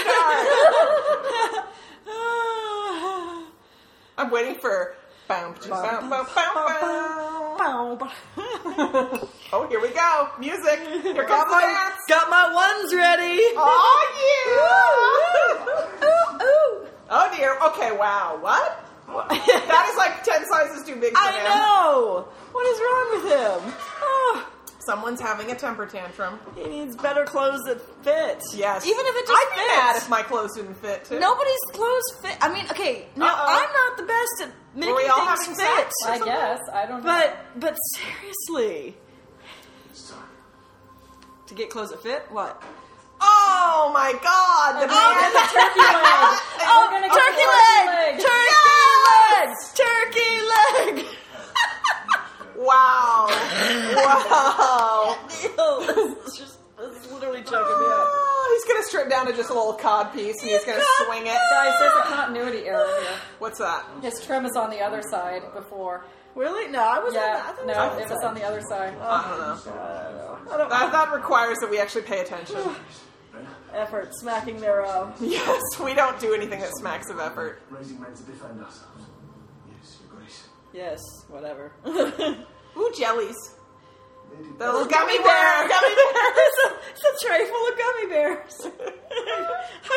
Speaker 3: start? I'm waiting for. Bow, bow, bow, bow, bow. Oh, here we go. Music. Here comes
Speaker 1: got
Speaker 3: the
Speaker 1: my
Speaker 3: dance.
Speaker 1: got my ones ready.
Speaker 3: Oh, yeah.
Speaker 1: Ooh.
Speaker 3: Oh, dear. Okay, wow. What? that is like 10 sizes too big for
Speaker 1: I
Speaker 3: him.
Speaker 1: know. What is wrong with him? Oh,
Speaker 3: Someone's having a temper tantrum.
Speaker 1: he needs better clothes that fit.
Speaker 3: Yes.
Speaker 1: Even if it just
Speaker 3: I'd be
Speaker 1: fits.
Speaker 3: mad if my clothes didn't fit, too.
Speaker 1: Nobody's clothes fit. I mean, okay, now
Speaker 3: Uh-oh.
Speaker 1: I'm not the best at making
Speaker 3: we all having
Speaker 1: things fit,
Speaker 2: I
Speaker 3: sex?
Speaker 2: guess I don't know.
Speaker 1: but but seriously,
Speaker 7: it's time.
Speaker 1: to get clothes that fit, what?
Speaker 3: Oh, my God. The man.
Speaker 2: turkey leg.
Speaker 1: Oh,
Speaker 2: We're gonna get
Speaker 1: turkey leg,
Speaker 2: turkey leg.
Speaker 1: turkey legs, turkey leg.
Speaker 3: Wow. Wow.
Speaker 1: Ew, (laughs) this is just this is literally choking me up.
Speaker 3: Oh, he's going to strip down to just a little cod piece and he's going to
Speaker 1: got-
Speaker 3: swing it.
Speaker 2: Guys, there's a continuity error here.
Speaker 3: What's that?
Speaker 2: His trim is on the other side before.
Speaker 1: (gasps) Really? No, I was.
Speaker 2: Yeah,
Speaker 1: on the,
Speaker 2: no,
Speaker 1: I
Speaker 2: it was on the other side.
Speaker 3: I don't know. That, that requires that we actually pay (laughs) attention.
Speaker 1: effort smacking uh, thereof.
Speaker 3: yes, we don't do anything that smacks of effort.
Speaker 4: Raising men to defend ourselves. Yes, Your Grace.
Speaker 1: Yes, whatever.
Speaker 3: Ooh, jellies.
Speaker 4: Lady
Speaker 3: The little gummy bear. Gummy bear.
Speaker 1: it's, a, (laughs) it's a tray full of gummy (laughs) bears.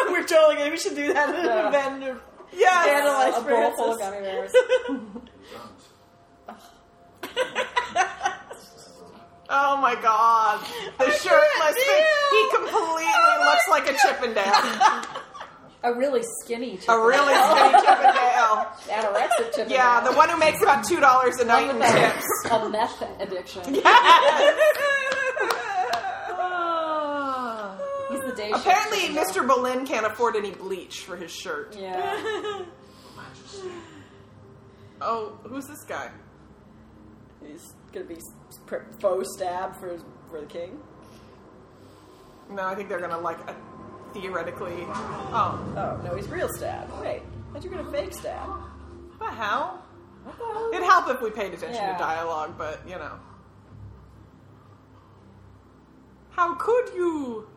Speaker 1: We're totally gonna. We should do that at an
Speaker 2: Yeah.
Speaker 1: event. of-
Speaker 3: (laughs) Yes.
Speaker 1: Vandal-
Speaker 2: a bowl full of
Speaker 1: experiences.
Speaker 2: gummy bears.
Speaker 4: Grant.
Speaker 3: Oh my god. The shirtless thing. He completely looks like a Chippendale.
Speaker 2: A really skinny
Speaker 3: A
Speaker 2: chicken.
Speaker 3: really skinny (laughs) Chippendale.
Speaker 2: anorexic chicken.
Speaker 3: Yeah, the one who makes about two dollars a night in (laughs) tips.
Speaker 2: (laughs) a meth addiction. He's the day shift
Speaker 3: Apparently,
Speaker 2: chicken.
Speaker 3: Mr. Boleyn can't afford any bleach for his shirt.
Speaker 2: Yeah.
Speaker 3: Oh, who's this guy?
Speaker 1: He's gonna be pr- faux stabbed for his, for the king.
Speaker 3: No, I think they're gonna like uh, theoretically. Oh,
Speaker 1: Oh no, he's real stab. Wait, how'd you get a fake stab?
Speaker 3: what the hell? It'd help if we paid attention
Speaker 2: Yeah.
Speaker 3: to dialogue, but you know. How could you?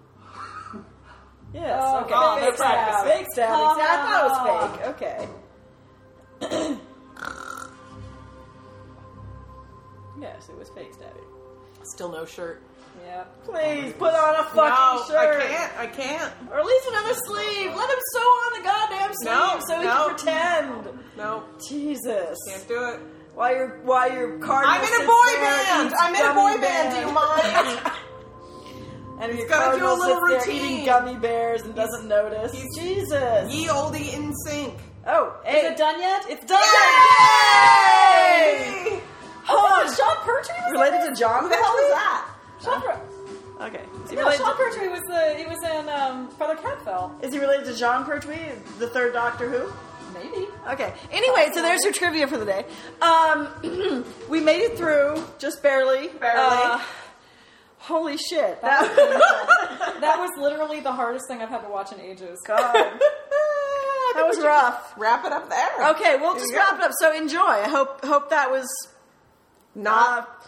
Speaker 1: Yes.
Speaker 2: Oh,
Speaker 1: okay.
Speaker 3: God,
Speaker 1: fake
Speaker 3: they're
Speaker 1: stab.
Speaker 3: practicing.
Speaker 1: Fake stab.
Speaker 2: Oh.
Speaker 1: Exactly. I thought
Speaker 3: Oh.
Speaker 1: it was fake. Okay. (coughs) yes, it was fake stabbing.
Speaker 3: Still no shirt.
Speaker 2: Yeah.
Speaker 1: Please put on a fucking
Speaker 3: no,
Speaker 1: shirt,
Speaker 3: I can't. I can't.
Speaker 1: or at least another sleeve. Let him sew on the goddamn sleeve
Speaker 3: No,
Speaker 1: so he
Speaker 3: no.
Speaker 1: can pretend.
Speaker 3: No,
Speaker 1: Jesus.
Speaker 3: can't do it.
Speaker 1: Why your why your cardinal?
Speaker 3: I'm in a
Speaker 1: sits
Speaker 3: boy
Speaker 1: there and
Speaker 3: band.
Speaker 1: eats
Speaker 3: I'm in a
Speaker 1: gummy
Speaker 3: boy band. Do you
Speaker 1: bears.
Speaker 3: mind?
Speaker 1: And
Speaker 3: He's
Speaker 1: your
Speaker 3: gotta do a
Speaker 1: cardinal
Speaker 3: little
Speaker 1: sits there
Speaker 3: routine.
Speaker 1: eating gummy bears and doesn't notice. Jesus.
Speaker 3: Ye oldie in sync.
Speaker 1: oh, hey.
Speaker 2: Is it done yet? It's
Speaker 1: Done it!
Speaker 3: Yay!
Speaker 2: Oh,
Speaker 1: Oh,
Speaker 2: Sean Pertwee was
Speaker 1: related to John? Who the hell is that?
Speaker 2: Sean, per-
Speaker 1: Okay. Is he
Speaker 2: no,
Speaker 1: related,
Speaker 2: Sean Pertwee was the he was in um, Father Catfell.
Speaker 1: is he related to John Pertwee, the third Doctor Who?
Speaker 2: Maybe.
Speaker 1: Okay. Anyway, so there's your trivia for the day. Um, (clears throat) we made it through, just barely.
Speaker 3: Barely.
Speaker 1: Uh, holy shit. That (laughs)
Speaker 2: That was literally the hardest thing I've had to watch in ages.
Speaker 1: God.
Speaker 3: I
Speaker 1: That was rough.
Speaker 3: Wrap it up there.
Speaker 1: Okay, we'll
Speaker 3: There
Speaker 1: just
Speaker 3: you go.
Speaker 1: wrap it up. So enjoy. I hope hope that was uh,
Speaker 3: Not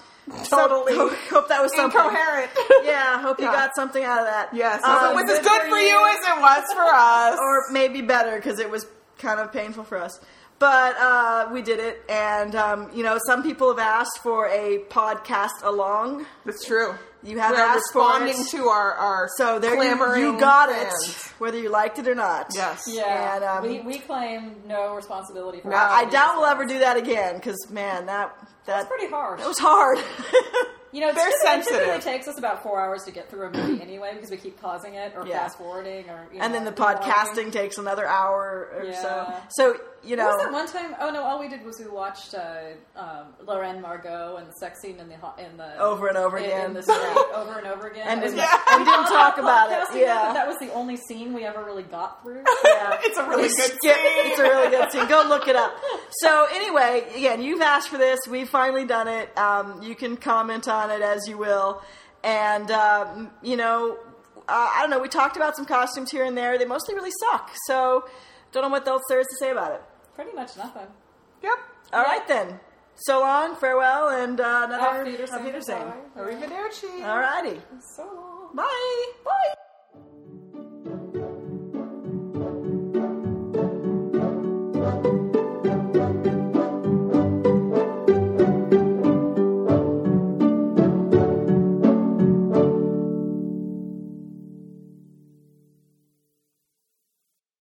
Speaker 1: (laughs)
Speaker 3: totally
Speaker 1: hope,
Speaker 3: (laughs)
Speaker 1: hope that was something.
Speaker 3: incoherent.
Speaker 1: (laughs) Yeah, hope you
Speaker 3: Yeah.
Speaker 1: got something out of that.
Speaker 3: Yes,
Speaker 1: Um,
Speaker 3: it was as good for you as it was for us.
Speaker 1: or maybe better because it was kind of painful for us. But uh, we did it, and um, you know, some people have asked for a podcast along.
Speaker 3: That's true.
Speaker 1: You have
Speaker 3: We're
Speaker 1: asked for
Speaker 3: responding
Speaker 1: it.
Speaker 3: to our our
Speaker 1: So there you,
Speaker 3: clamoring
Speaker 1: you got
Speaker 3: fans.
Speaker 1: it, whether you liked it or not.
Speaker 3: Yes.
Speaker 2: Yeah,
Speaker 1: And, um,
Speaker 2: we, we claim no responsibility for
Speaker 3: No,
Speaker 2: our
Speaker 1: I
Speaker 2: ideas.
Speaker 1: doubt we'll ever do that again because man, that that
Speaker 2: Oh, That's pretty harsh.
Speaker 1: that was
Speaker 2: (laughs)
Speaker 1: hard.
Speaker 2: you know, it's
Speaker 3: they're
Speaker 2: typically, it typically
Speaker 3: sensitive.
Speaker 2: takes us about four hours to get through a movie anyway because we keep pausing it or
Speaker 1: Yeah.
Speaker 2: fast forwarding or you
Speaker 1: and
Speaker 2: know,
Speaker 1: then the
Speaker 2: rewinding.
Speaker 1: podcasting takes another hour or
Speaker 2: Yeah.
Speaker 1: so. So you know,
Speaker 2: What was that one time? Oh no! All we did was we watched uh, um, Lorraine Margot and the sex scene in the ho- in the
Speaker 1: Over and over
Speaker 2: in-
Speaker 1: again.
Speaker 2: in
Speaker 1: (laughs)
Speaker 2: (laughs) the street, over and over again,
Speaker 1: and,
Speaker 2: It was
Speaker 1: didn't,
Speaker 2: like-
Speaker 1: (laughs) and didn't talk about
Speaker 2: Podcast
Speaker 1: it.
Speaker 2: together,
Speaker 1: Yeah.
Speaker 2: but that was the only scene we ever really got through.
Speaker 1: (laughs) Yeah.
Speaker 3: It's a really good
Speaker 1: (laughs) Yeah,
Speaker 3: scene.
Speaker 1: It's a really good scene. Go look it up. So anyway, again, you've asked for this. We've finally done it. Um, you can comment on it as you will, and um, you know, uh, I don't know. We talked about some costumes here and there. They mostly really suck. So don't know what else there is to say about it.
Speaker 2: Pretty much nothing.
Speaker 3: Yep.
Speaker 1: All right then. So long, farewell, and uh, another
Speaker 2: Auf Wiedersehen.
Speaker 1: Auf Wiedersehen.
Speaker 2: Bye.
Speaker 3: Arrivederci.
Speaker 1: All righty.
Speaker 2: So long.
Speaker 1: Bye. Bye.